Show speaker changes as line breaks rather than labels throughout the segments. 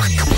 manhã.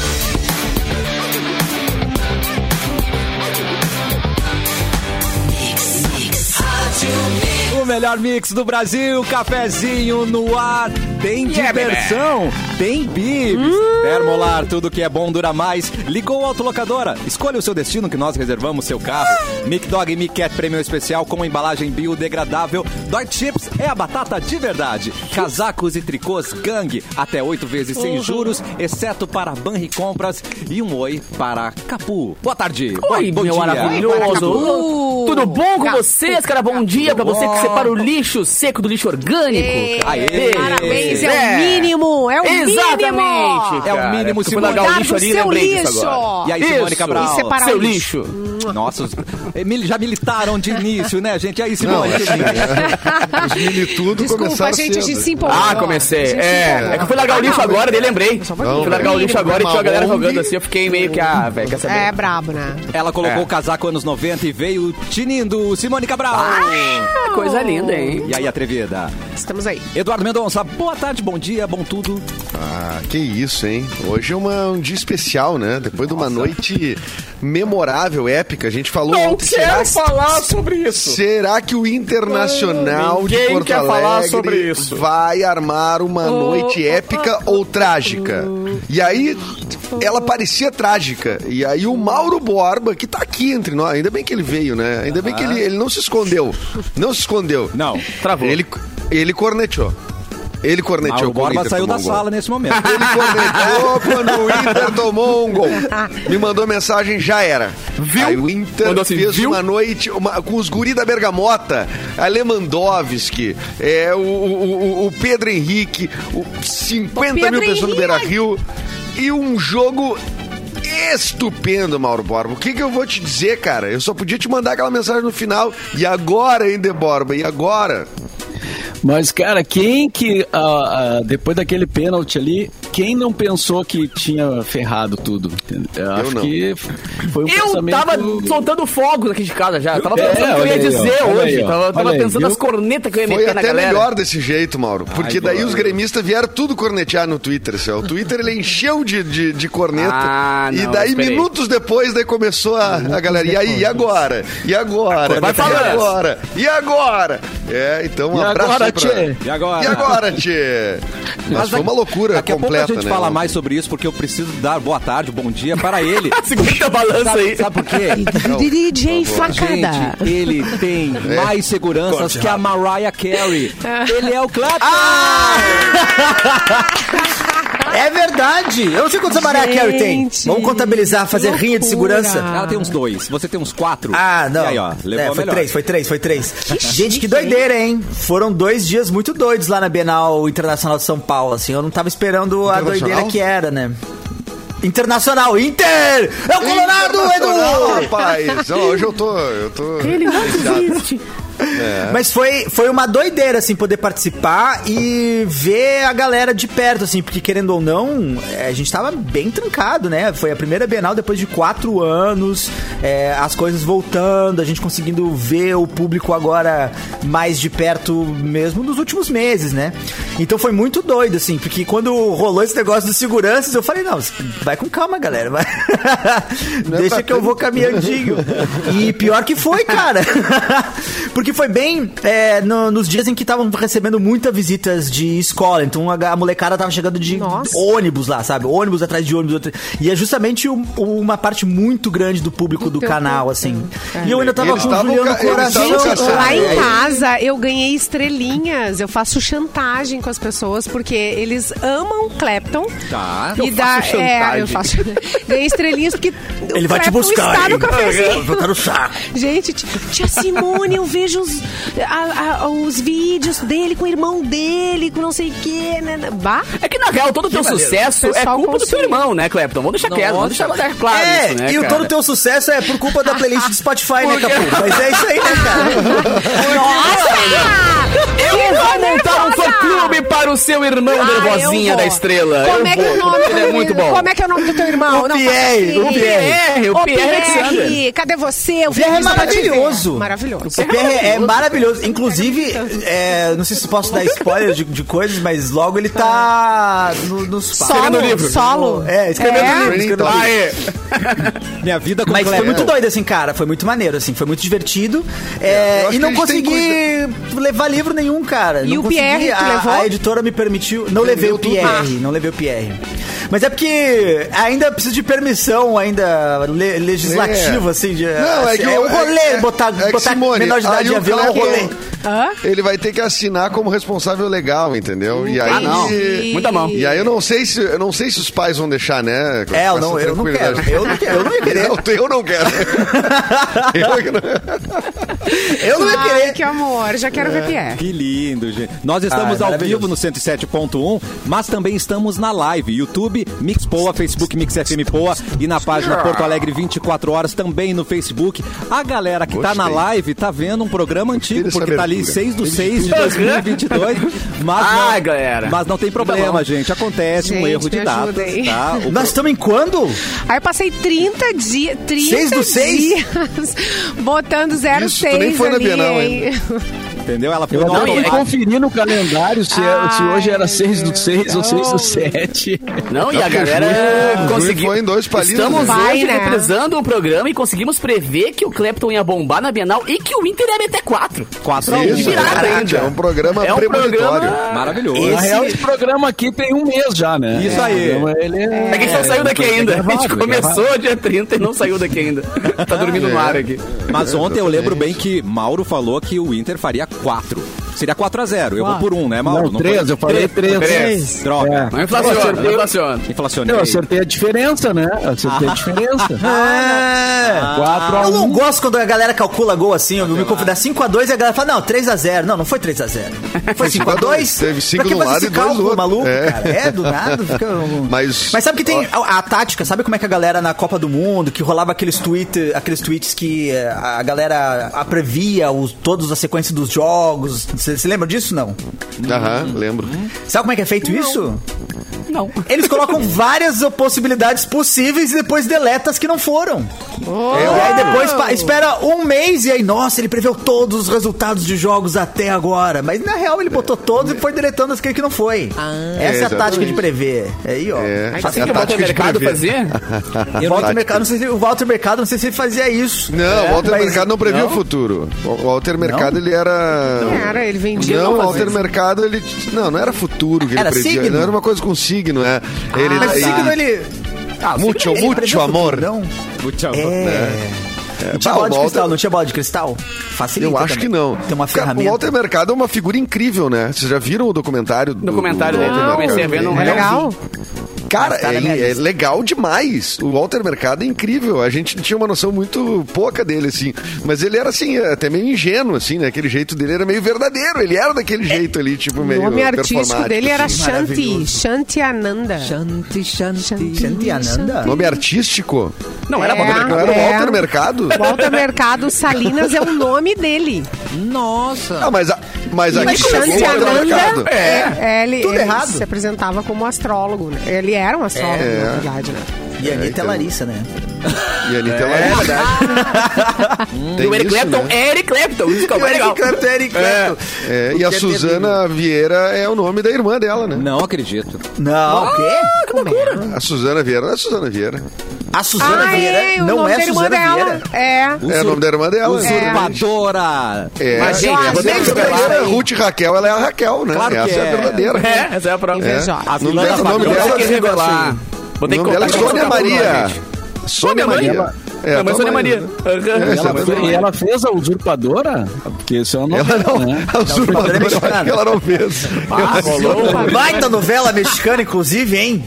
O melhor mix do Brasil, cafezinho no ar. Tem diversão, tem bibs.
Uh!
Termolar, tudo que é bom dura mais. Ligou a autolocadora, escolha o seu destino que nós reservamos seu carro.
Uh!
Mic Dog e Mic Cat Prêmio Especial com embalagem biodegradável. Dói Chips é a batata de verdade. Casacos e tricôs gangue, até oito vezes
Uh!
sem juros, exceto para Banri Compras. E um oi para Capu. Boa tarde.
Oi,
bom, bom
meu
dia.
maravilhoso! Tudo bom com vocês, cara? Bom dia pra você que separa o lixo seco do lixo orgânico. cara.
Aê.
Beijo.
Parabéns, é,
É.
o mínimo, é o
Exatamente!
mínimo.
É o mínimo,
se
Simone.
largar o
Cuidar
lixo
do
ali,
seu
lembrei disso
lixo.
agora.
E aí, Simone Cabral?
E separar
Seu
o lixo.
lixo.
Nossa, os- eh, mil- já militaram de início, né, gente? Aí, Simone.
é assim.
Os militudos
Desculpa,
começaram
a gente, a
cedo.
gente se empolgou.
Ah,
A
comecei.
gente se
É,
empolgou.
é que eu fui largar o
Ah,
lixo
não,
agora, daí lembrei.
Não,
Fui largar o lixo agora e tinha a galera jogando assim, eu fiquei meio que, ah, velho, quer
É,
saber?
brabo, né?
Ela colocou
É.
o casaco anos 90 e veio tinindo Simone Cabral.
Que Coisa linda, hein?
E aí, atrevida.
Estamos aí.
Eduardo Mendonça, boa tarde, bom dia, bom tudo.
Ah, que isso, hein? Hoje é uma- um dia especial, né? Depois de uma noite memorável, épica, a gente falou
Não
ontem. Será,
quero falar sobre isso!
será que o Internacional de
Ninguém
Porto
quer
Alegre
falar sobre isso.
vai armar uma noite épica ou trágica? E aí, ela parecia trágica. E aí o Mauro Borba, que tá aqui entre nós, ainda bem que ele veio, né? Ainda bem que ele, ele não se escondeu. Não se escondeu.
Não,
Travou.
Ele, ele corneteou. Ele
Mauro
corneteou quando o
Ah, Borba
Inter
saiu
então,
tomou
da
um gol.
sala nesse momento.
É
Ele cornetou quando o Inter tomou um gol. Me mandou mensagem, já era.
Viu?
Aí o Inter
Mandou assim,
fez
viu?
uma noite uma- com os guri da Bergamota, Alemandowski, é, o, o- o- o Pedro Henrique, o 50
Pedro
mil pessoas no
Henrique.
Beira-Rio e um jogo... Estupendo, Mauro Borba. O que, que eu vou te dizer, cara? Eu só podia te mandar aquela mensagem no final. E agora, hein, De Borba? E agora?
Mas, cara, quem que. ah, ah, depois daquele pênalti ali, quem não pensou que tinha ferrado tudo? entendeu? Eu acho
não.
que foi um
Eu
pensamento.
tava soltando fogos aqui de casa já. Eu tava
É,
pensando o que eu
olha
ia
aí, ó.
dizer
Olha
hoje.
aí, ó.
tava tava
Olha aí,
pensando
viu?
nas cornetas que eu ia
Foi
meter na
até
galera.
melhor desse jeito, Mauro. Porque daí os gremistas vieram tudo cornetear no Twitter, seu. O Twitter ele encheu de, de, de corneta.
Ah, não,
e daí,
esperei.
minutos depois, daí começou a, a galera. E aí, e agora? E agora?
Vai
e
falando.
agora? E agora? É, então um
E
abraço
agora,
aí
tchê?
E agora?
E agora, tchê? Mas, foi uma loucura
Daqui a pouco
completa,
a gente
né?
fala mais sobre isso, porque eu preciso dar boa tarde, bom dia para ele.
Segunda balança
sabe,
aí.
sabe por quê?
DJ Facada.
Gente, ele tem
É.
mais seguranças que a Mariah Carey. Ele é o Clapton.
Ah! É verdade. Eu não sei quantos a Mariah Carey tem.
Gente,
Vamos contabilizar, fazer
loucura.
rinha de segurança.
Ela tem uns dois, você tem uns quatro.
Ah, não.
E aí, ó, levou
É,
a
foi
melhor.
três, foi três, foi três. Gente,
chique,
que doideira, hein? Foram dois dias muito doidos lá na Bienal Internacional de São Paulo, assim. Eu não tava esperando a
Internacional?
doideira que era, né? Internacional, Inter! É o Colorado,
Internacional,
Edu!
rapaz. Ó, hoje eu tô... Eu tô...
Mas foi, foi uma doideira, assim, poder participar e ver a galera de perto, assim, porque querendo ou não, é, a gente tava bem trancado, né? Foi a primeira Bienal depois de quatro anos, é, as coisas voltando, a gente conseguindo ver o público agora mais de perto mesmo nos últimos meses, né? Então foi muito doido, assim, porque quando rolou esse negócio dos seguranças, eu falei, não, vai com calma, galera, vai.
é
Deixa que eu vou caminhandinho. E pior que foi, cara. Porque foi bem é, no- nos dias em que estavam recebendo muita visitas de escola. Então a, a molecada tava chegando de
Nossa.
ônibus lá, sabe? Ônibus atrás de ônibus. outra- E é justamente um- uma parte muito grande do público do
teu
canal,
público,
assim.
é.
E eu ainda tava
Eles
com o
tavam
Juliano
ca- eles
Coração.
tavam
Gente,
caçados.
lá
É,
em
é.
casa eu ganhei estrelinhas. Eu faço chantagem com as pessoas porque eles amam o Clapton.
Tá.
E
Eu
dá,
faço
é,
chantagem.
eu faço. Ganhei estrelinhas porque
Ele
o
vai
Clapton
te buscar.
está
hein?
no cafezinho.
Botar no saco.
Gente, ti- tia Simone, eu vejo os, a- a- os vídeos dele com o irmão dele, com não sei o quê, né? né, Bah.
É que na real todo o teu sucesso é
Pessoal
culpa do teu
consciente.
irmão, né, Clepton? Vamos deixar quieto, vamos deixar claro
É,
isso, né,
e o
cara?
todo o teu sucesso é por culpa da playlist do Spotify, né,
Porque-
Capu? Mas é isso aí, né, cara?
Eu vou
né,
montar um
nervosa!
fã-clube para o seu irmão,
Ah, eu
nervosinha
vou.
da estrela.
Como
Eu
é que
vou,
é o nome
porque Ele é
do-
muito bom.
Como é que é o nome do teu irmão?
O
Não,
Pierre,
fala
o
assim.
Pierre.
Pierre, o
Ô,
Pierre Alexander.
cadê você? O
Pierre é
Felipe tá te vendo.
maravilhoso.
Maravilhoso.
O PR é, É maravilhoso. Inclusive, é, não sei se posso dar spoiler de, de coisas, mas logo ele tá no, nos
Solo, livro. solo.
É, escrevendo
É?
livro. Escrevendo livro.
Minha vida
Mas
completa.
foi muito doido, assim, cara. Foi muito maneiro, assim. Foi muito divertido. É,
eu acho
e não
que a gente
consegui levar livro nenhum, cara.
E
não
o Pierre,
consegui.
tu
a,
levou?
a editora me permitiu. Não levei o
tudo. Ah.
Pierre. Não levei o Pierre. Mas é porque ainda preciso de permissão ainda le- legislativa,
É.
assim. De,
Não, é
assim,
que
é
eu-
um rolê
é-
botar,
é que,
botar
Simone,
menor de idade
aí
em
o
avião, é um
Cleiton-
rolê.
Hã?
Ele vai ter que assinar como responsável legal, entendeu? E aí.
Ah, não. Muita mão.
E aí eu não sei se eu não sei se os pais vão deixar, né? com
É, eu
essa
não, eu não
tranquilidade.
quero. Eu não quero. Eu não ia querer.
Não, eu não quero. Eu que não-
Eu não ia
Ai,
querer.
que amor, já quero ver Pierre.
Que lindo, gente. Nós estamos
Ah, é
ao vivo
maravilhoso.
no 107.1, mas também estamos na live. YouTube, Mix Poa, Facebook Mix FM Poa e na página Porto Alegre 24 horas também no Facebook. A galera que tá na
Gostei.
live tá vendo um programa antigo,
dessa
porque tá ali
abertura.
6 do 6 de 2022. Mas
Ah,
não,
galera.
Mas não tem problema,
bom.
gente. Acontece um
Gente,
erro de
me
datas,
ajudem.
tá? O
Nós estamos em quando?
Aí eu passei 30 dias. 30
Seis do seis?
dias botando 06
Isso, tu nem foi na
ali,
Bienal
hein?
Entendeu? Ela foi
Eu
no
não fui
automático.
conferir no calendário se, era- se hoje
Ai,
era 6
meu
do 6 ou 6 do 7.
Não, e a
Porque o
galera
Júlio- o Tá Júlio
conseguiu.
foi em dois palitos,
Estamos
né?
Vai,
hoje
né?
reprisando o programa e conseguimos prever que o Clapton ia bombar na Bienal e que o Inter ia meter 4.
4
Não,
Isso,
que irado
caraca,
ainda.
é um programa
É um
premonitório.
programa-
Maravilhoso.
Na real, esse programa aqui tem um mês já, né?
Isso aí.
Então ele é...
É que a gente não saiu daqui ainda. A gente
gravado,
começou dia 30 e não saiu daqui ainda. Tá dormindo no ar aqui.
É,
Mas ontem eu lembro bem que Mauro falou que o Inter faria 4. Seria 4x0. Eu vou por 1, um, né, Mauro?
É Não, três, eu falei três.
Três.
Droga.
Não inflaciona, não inflaciona.
Inflacionei.
Eu acertei a diferença, né? Eu Acertei a diferença.
Ah,
É.
Ah,
4 a
Eu
Hum.
não
1.
gosto quando a galera calcula gol assim, eu
é
me confundo. 5x2 e a galera fala, não, 3x0. Não, não foi 3x0. Foi 5x2.
Teve cinco
Pra que
de um
fazer
lado
esse
e dois do
cálculo
outro.
maluco,
É.
cara? É, do nada. Fica... um-
Mas-
Mas sabe que tem a, a tática, sabe como é que a galera na Copa do Mundo, que rolava aqueles, tweet, aqueles tweets que eh, a galera a previa os, todos a sequência dos jogos. Você se lembra disso, não?
Aham, lembro.
Sabe como é que é feito isso?
Não.
Eles colocam várias possibilidades possíveis e depois deletam as que não foram. E aí depois pa- espera um mês e aí, nossa, ele preveu todos os resultados de jogos até agora. Mas na real ele botou todos e foi deletando as que não foi. Essa é a
É,
tática de
exatamente.
prever. Aí, ó.
É.
Mas
A
assim que eu
tática
volto ao
de É
mercado
prever.
fazer?
O Walter
Tática.
Mercado, não sei se, o Walter Mercado, não sei se ele fazia isso.
Não, o Walter
É, mas-
Mercado não previu
não?
o futuro. O Walter Mercado, ele era...
Não era, ele vendia
Não,
não
o
fazia
Walter
isso.
Mercado, ele... Não, não era futuro que ele
Era
previa.
signo?
Não era uma coisa com signo, é. Ele,
Mas o
ele-
signo ele. Ah, o
Mucho,
signo, ele
mucho
prevê o futuro,
amor.
Não.
Muito amor.
É.
Bah,
E tinha
o
bola de
Walter-
cristal, não tinha bola de cristal? Facilita
Eu acho que
também.
não.
Tem uma
Cara,
ferramenta.
O Walter Mercado é uma figura incrível, né? Vocês já viram o documentário? Do,
Documentário dele, eu comecei a ver, não
É
é
um
legal.
Cara,
Mas tá na
é,
minha
é
lista.
legal demais. O Walter Mercado é incrível. A gente tinha uma noção muito pouca dele, assim. Mas ele era, assim, até meio ingênuo, assim, né? Aquele jeito dele era meio verdadeiro. Ele era daquele jeito ali, tipo, meio
O nome artístico
performático,
dele era
assim.
Shanti,
Maravilhoso.
Shanti Ananda.
Shanti, Shanti.
Shanti Ananda?
Nome artístico?
Não, era
É.
bagulho.
Não era o
É.
Walter Mercado?
Walter Mercado Salinas é o nome dele.
Ah, mas, a, mas aqui
Mas
chegou o
Shanti
Walter Mercado.
Ananda é, ele,
Tudo
ele
errado.
se apresentava como astrólogo. Né? Ele era um astrólogo,
É.
na verdade, né?
E a Anitta é
então.
Larissa, né?
E ali tem é,
E o Eric Clapton é Eric Clapton. Isso que é o mais legal.
Clapton, Eric Clapton.
né? É, e a Suzana Vieira é o nome da irmã dela, né?
Não acredito.
Não, o quê?
A Suzana Vieira não é a Suzana Vieira.
A Suzana
é,
Vieira
o
não
nome
é
da irmã
Suzana
dela.
Vieira.
É.
É o nome da irmã dela.
Usurpadora.
É.
Mas, gente,
Essa
você
é a
tem que
verdadeira
revelar, hein?
Ruth Raquel, ela é a Raquel, né?
Claro que
Essa é a
é.
verdadeira.
É, essa é a prova.
É.
Invejosa.
As
Não
vilãs
deve-
da
o nome
patroa.
Eu
dela
vou ter que revelar. Vou ter
O
que
nome dela é
contar
Sônia
essa
Maria.
novamente.
Sônia
mãe.
Maria.
Minha mãe é
tua
Sônia Maria.
né?
Aham.
É,
E ela,
essa
fe-
tua mãe.
e ela fez a usurpadora? Porque isso é o nome
Ela não,
dela, né?
a usurpadora
Ela é
eu acho que ela não fez. Eu acho que
rolou.
ela não fez.
então.
Baita novela mexicana, inclusive, hein?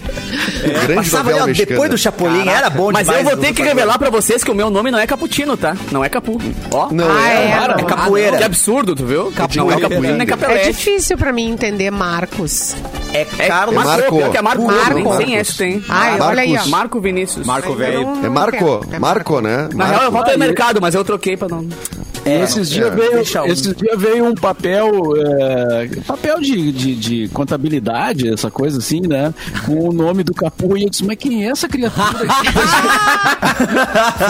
um Grande
Passava
novela
ali, ó,
mexicana.
depois do Chapolin, era bom
Mas
demais. né?
eu vou ter que revelar pra vocês que o meu nome não é Caputino, tá? Não é Capu. Ó.
Não,
Ah,
é.
é.
Cara, é capoeira.
Que absurdo, tu viu? Capu, não é
Capoeira.
Capuína, é
É
Capelete.
difícil pra mim entender Marcos.
É Carlos
É
Marco,
Marco.
pior que é Marco.
Marco.
Marco. Nem S tem.
Ai, olha aí, ó.
Marcos.
Marco Vinícius.
Marco
Eu
um
Velho.
não-
É
não quero.
Marco,
É
Marco, né?
Na real, eu
Marco.
volto ao mercado, mas eu troquei pra não.
E esses, dias
é.
veio,
Deixa um.
esses dias veio um papel, é, papel de, de, de contabilidade, essa coisa assim, né? Com o nome do Capu. E eu disse, mas quem é essa criatura?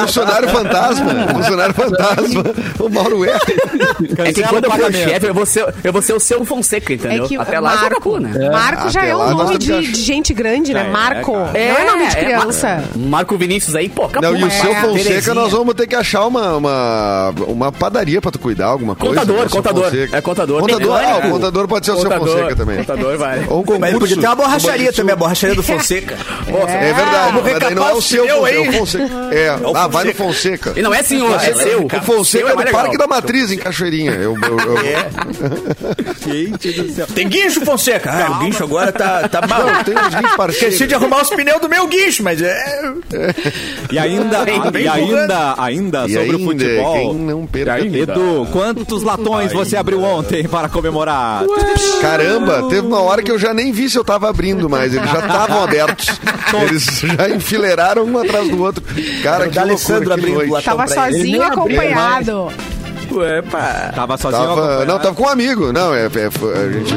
Funcionário fantasma. Funcionário fantasma. O Mauro é.
É que
Cancela o
quando eu for o
pagamento.
chefe, eu vou ser, eu vou ser o seu Fonseca, entendeu?
É que
Até
o
lá eu sou
Marco-
Capu, né?
Marco já
até
é
lá
um
nós
nome
temos
de,
que ach-
de gente grande,
Já
né?
é,
Marco.
cara.
não é nome de criança.
Mar- Marco Vinícius aí, pô, Capu.
Não, e o seu
é,
Fonseca,
né? Terezinha.
nós vamos ter que achar uma, uma, uma padaria pra tu cuidar, alguma coisa.
Contador,
né? O seu
contador.
Fonseca.
É contador.
Contador, ah,
Mecânico.
o contador pode ser o seu
Contador,
Fonseca também.
Contador, vai.
Ou um concurso.
Mas ele podia ter uma borracharia
Concurso.
também, a borracharia do Fonseca.
É verdade,
Vamos
mas daí não é o seu
recapar o
Fonseca,
seu,
é o
hein?
Fonseca. É,
o
ah, vai no
Fonseca.
Fonseca.
E não é senhor, é seu.
O Fonseca
Seu
é
mais
do
legal.
Parque da Matriz, em Cachoeirinha. Eu, eu, eu,
É.
Gente do céu.
Tem guincho, Fonseca? Ah, o guincho agora tá, tá mal.
eu tenho uns 20
Esqueci
parceiros.
de arrumar os pneus do meu guincho, mas é.
E ainda,
bem
e
jogando.
ainda, ainda
E
sobre o
ainda,
futebol.
quem não perca
E ainda. Edu, quantos latões você abriu ontem para comemorar?
Caramba, teve uma hora que eu já nem vi se eu tava abrindo mais. Eles já estavam abertos. Eles já enfileiraram um atrás do outro. Cara,
Era o
que
da
loucura,
Alessandro
que
abrindo
noite.
lá.
Tava
Então, pra ele,
sozinho
ele nem abriu
acompanhado.
Tava sozinho?
Tava,
acompanhado?
não, tava com um amigo. Não, é, é- foi- a gente...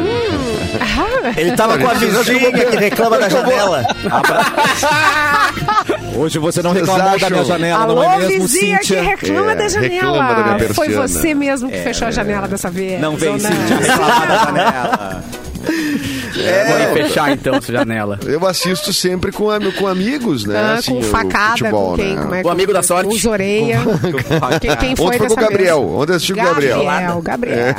Ele tava com a vizinha que reclama da janela.
Hoje você não
Vocês
reclamou da
acham?
minha janela,
Alô,
não é mesmo,
vizinha
Cíntia?
que reclama
É,
da janela.
reclama da minha
Foi
persiana.
você mesmo que fechou a janela dessa vez.
Não vem,
Zona.
Cíntia, reclamar da janela.
Vou ir fechar então essa janela.
Eu assisto sempre com, am- com amigos, né?
Ah,
assim,
com
o
facada,
futebol,
com quem?
né?
Como é
O amigo da
com-
sorte.
Com os orelha. Quem, quem foi
Ontem foi com
dessa
o Gabriel.
vez?
Ontem assisti com o Gabriel.
Gabriel, Gabriel.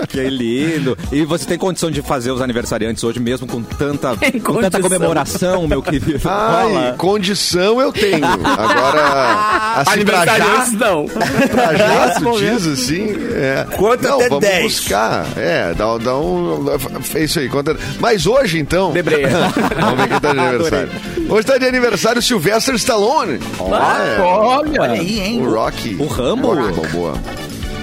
Que lindo. E você tem condição de fazer os aniversariantes hoje mesmo com tanta,
Tem
com tanta
condição.
comemoração, meu querido?
Ai,
Fala.
condição eu tenho. Agora, assim, pra já,
Aniversariantes não.
pra já, tu diz assim. É.
Conta
Não,
até
vamos
10.
buscar. É, dá, dá um. É isso aí. Conta, mas hoje, então.
Debreia.
vamos ver quem tá de aniversário. Hoje tá de aniversário Sylvester Stallone. Olha,
Olha!
Aí, hein?
o Rocky.
O Rambo.
Rocky, boa.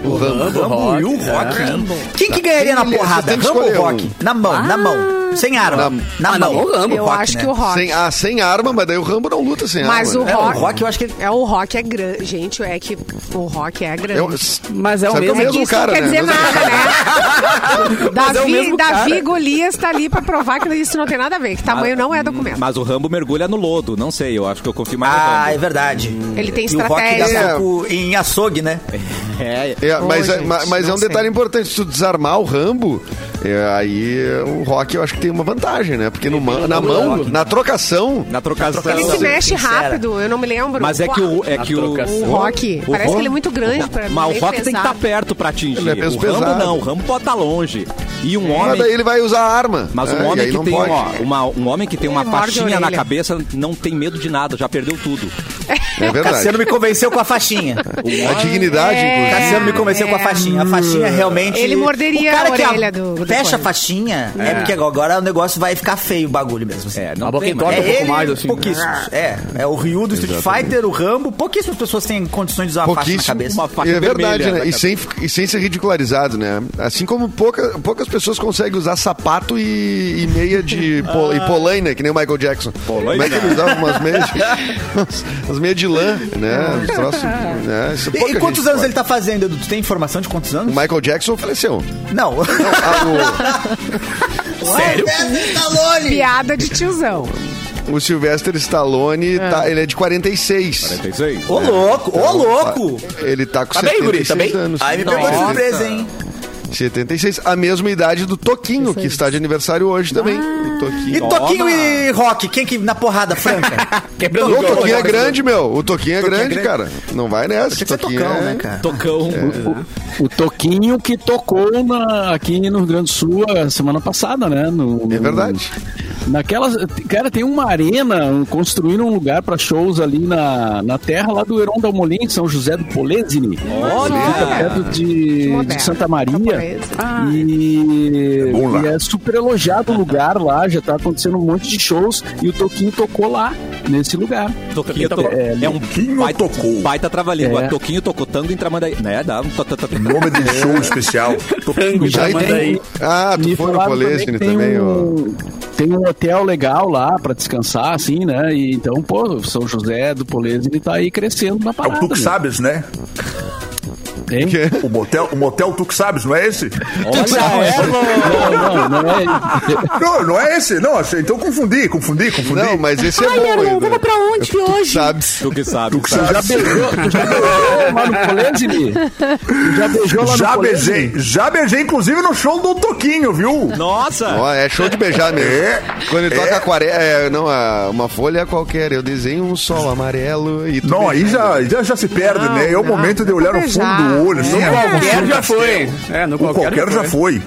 O Rambo.
Rambo e o Rock. Quem que ganharia na
Ele- você
porrada?
tem que
Rambo ou
escolher
Rock? Na mão, na mão. Sem arma. Na,
Ah, não,
mão.
o Rambo.
Eu
né?
acho que o Rock.
Sem, ah, sem arma, mas daí o Rambo não luta sem
Mas o
arma. né?
É, o
Rock.
Rock eu acho que ele-
É, o Rock é grande. Gente, é que o Rock é grande.
É o-
Mas é o
Sabe que é
mesmo.
o mesmo
Isso
cara,
não quer
né?
dizer
Mesmo
nada, né?
Mas é o
Davi,
mesmo
Davi
cara.
Golias tá ali pra provar que isso não tem nada a ver, que tamanho não é documento.
Mas o Rambo mergulha no lodo, não sei, eu acho que eu confio mais
Ah, é
no
verdade.
Ele tem
E o Rock
estratégia.
É.
gastou com- em açougue, né?
Rambo. É,
É, mas, é-
gente,
ma- mas é
não
um detalhe
sei.
importante. Se tu desarmar o Rambo, é, aí é, o Rock eu acho que tem uma vantagem, né? Porque no ma- na mão, na trocação.
na trocação.
Ele se
Não,
mexe
sincera.
rápido, eu não me lembro.
Mas é que o. É
Na
que o,
trocação.
O Rock,
o
parece
Rock-
que ele é muito grande pra mim.
Mas o
meio
Rock tem que estar
pesado.
perto pra atingir.
Ele é peso
o Rambo
pesado. É.
não, o Rambo pode estar longe. E um
Mas
homem.
daí ele vai usar a arma.
Mas
né?
um
E
homem
aí
que
não
tem
pode.
uma, uma- um homem que tem uma
Ele morde a
faixinha na
orelha.
cabeça não tem medo de nada, já perdeu tudo.
É
Cassiano
verdade.
me convenceu com a faixinha.
A dignidade,
É.
inclusive.
Cassiano me convenceu com a faixinha. A faixinha realmente.
Ele morderia
o cara
a
que
orelha do- do
Fecha a
coisa.
faixinha, é. porque agora o negócio vai ficar feio o bagulho mesmo. assim.
É,
A
não
boca
tem
entorta um
mais.
pouco mais, assim.
pouquíssimos. É, é o Ryu do Street Fighter, o Rambo. Pouquíssimas pessoas têm condições de usar uma faixa na
Pouquíssimo.
cabeça.
faca
é verdade,
vermelha na
né? E
cabeça.
sem, e sem ser ridicularizado, né? Assim como pouca, poucas pessoas conseguem usar sapato e, e meia de po, e polaina, que nem o Michael Jackson. Como é que ele usava umas meias de, umas, umas meias de lã, né? Um troço, né? Isso
E,
pouca
e quantos
gente
anos
pode.
ele tá fazendo, Edu? Tu tem informação de quantos
O
anos?
Michael Jackson faleceu.
Não. é?
Ah,
Sério?
Piada de tiozão.
o, o Sylvester Stallone, tá- ele é de 46.
46.
Ô, louco, ô, louco.
Ele tá com
Tá bem, guri,
76
tá bem?
anos.
Aí me pegou de
Nossa.
surpresa, hein?
76, a mesma idade do Toquinho, que está de aniversário hoje também. O Toquinho.
Ah. E Toquinho e Rock, quem que na porrada franca?
Quebrando
Não,
o
o
jogo.
Toquinho é grande, meu. O Toquinho é
Toquinho é
grande,
grande.
cara. Não vai nessa.
Tinha que ser
Toquinho
Tocão,
é...
né, cara?
Tocão.
O Toquinho que tocou na- aqui no Rio Grande do Sul a semana passada, né? No-
É verdade.
Naquela. Cara, tem uma arena, um- construíram um lugar pra shows ali na, na terra lá do Heron Dalmolin, em São José do Polesine. Olha! Fica perto de,
moderno.
de Santa Ah. Maria.
Camponês.
E,
bom lá.
e é super elogiado o lugar lá, já tá acontecendo um monte de shows e o Toquinho tocou lá, nesse lugar.
Toquinho tocou.
É,
É um baita, tocou. baita trava-língua.
É.
Toquinho tocou tango em Tramandaí. Né? Dá um to- to- to-
Nome de show especial.
Tango, já
Aí
manda
tem-
aí.
Ah, tu
Me
foi no
falaram
Polesine
que tem
também, ó.
um, tem um hotel legal lá pra descansar, assim, né? E, então, pô, São José do Polesine tá aí crescendo
É
na
o
parada.
Tuc
né?
Sabes, né?
Tem?
é.
O motel, o motel tu que sabes, não é esse?
é.
Não, não, não é.
não, não é esse. Não, achei. Então confundi, confundi, confundi.
Não, mas esse é
Ai,
bom
Erlon,
ainda.
vamos pra onde
Tu
hoje?
sabe.
Tu que sabe.
Tu que sabe.
sabe.
Já beijou, tu já beijou lá no Polesini? Tu já beijou lá
Já
no Polesini?
beijei, já beijei, inclusive no show do Toquinho, viu?
Nossa!
Ó, é show de beijar mesmo.
É,
Quando ele
é.
toca aquare... é, não, a- uma folha qualquer, eu desenho um sol amarelo e tu
Não, aí já, já, já se perde, né? É o momento de olhar no
beijar.
fundo do olho. assim,
No
é,
qualquer
um
já
castelo.
foi. É, no
O qualquer, já foi.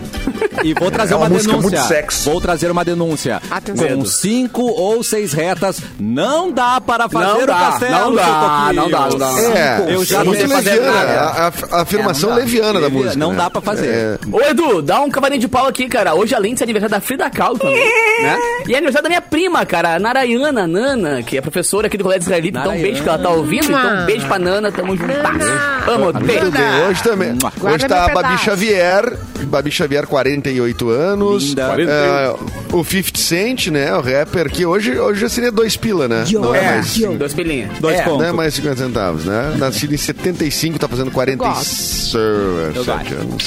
E vou trazer
É uma
uma,
música
denúncia.
muito sexy.
Vou trazer uma denúncia.
Atenção.
Com cinco ou seis retas, não dá para fazer
Não
o
dá,
castelo.
não dá,
seu Toquinho.
não dá, não dá.
É,
Eu já
é
não
muito
sei fazer
leviana,
nada.
a- a- a afirmação
É, não dá.
leviana da
Levia-
música.
não
né?
dá pra fazer.
É.
Ô, Edu, dá um cavalinho de pau aqui, cara. Hoje, além de ser aniversário da Frida Kahlo também, né? E é aniversário da minha prima, cara, a Narayana Nana, que é professora aqui do Colégio Israelita. Então, um beijo que ela tá ouvindo. Então, um beijo pra Nana. Tamo junto. Amo,
Muito
beijo.
bem, hoje também.
Guarda
hoje tá a
meu
Babi
pedaço.
Xavier, Babi Xavier, 48 anos.
Linda.
Ah, o 50 Cent, né? O rapper, que hoje, hoje já seria dois pila, né? Não é mais
Dois pelinhos.
Dois
É,
pontos.
Não é mais 50 centavos, né? Nascido em 75, tá fazendo 47 anos.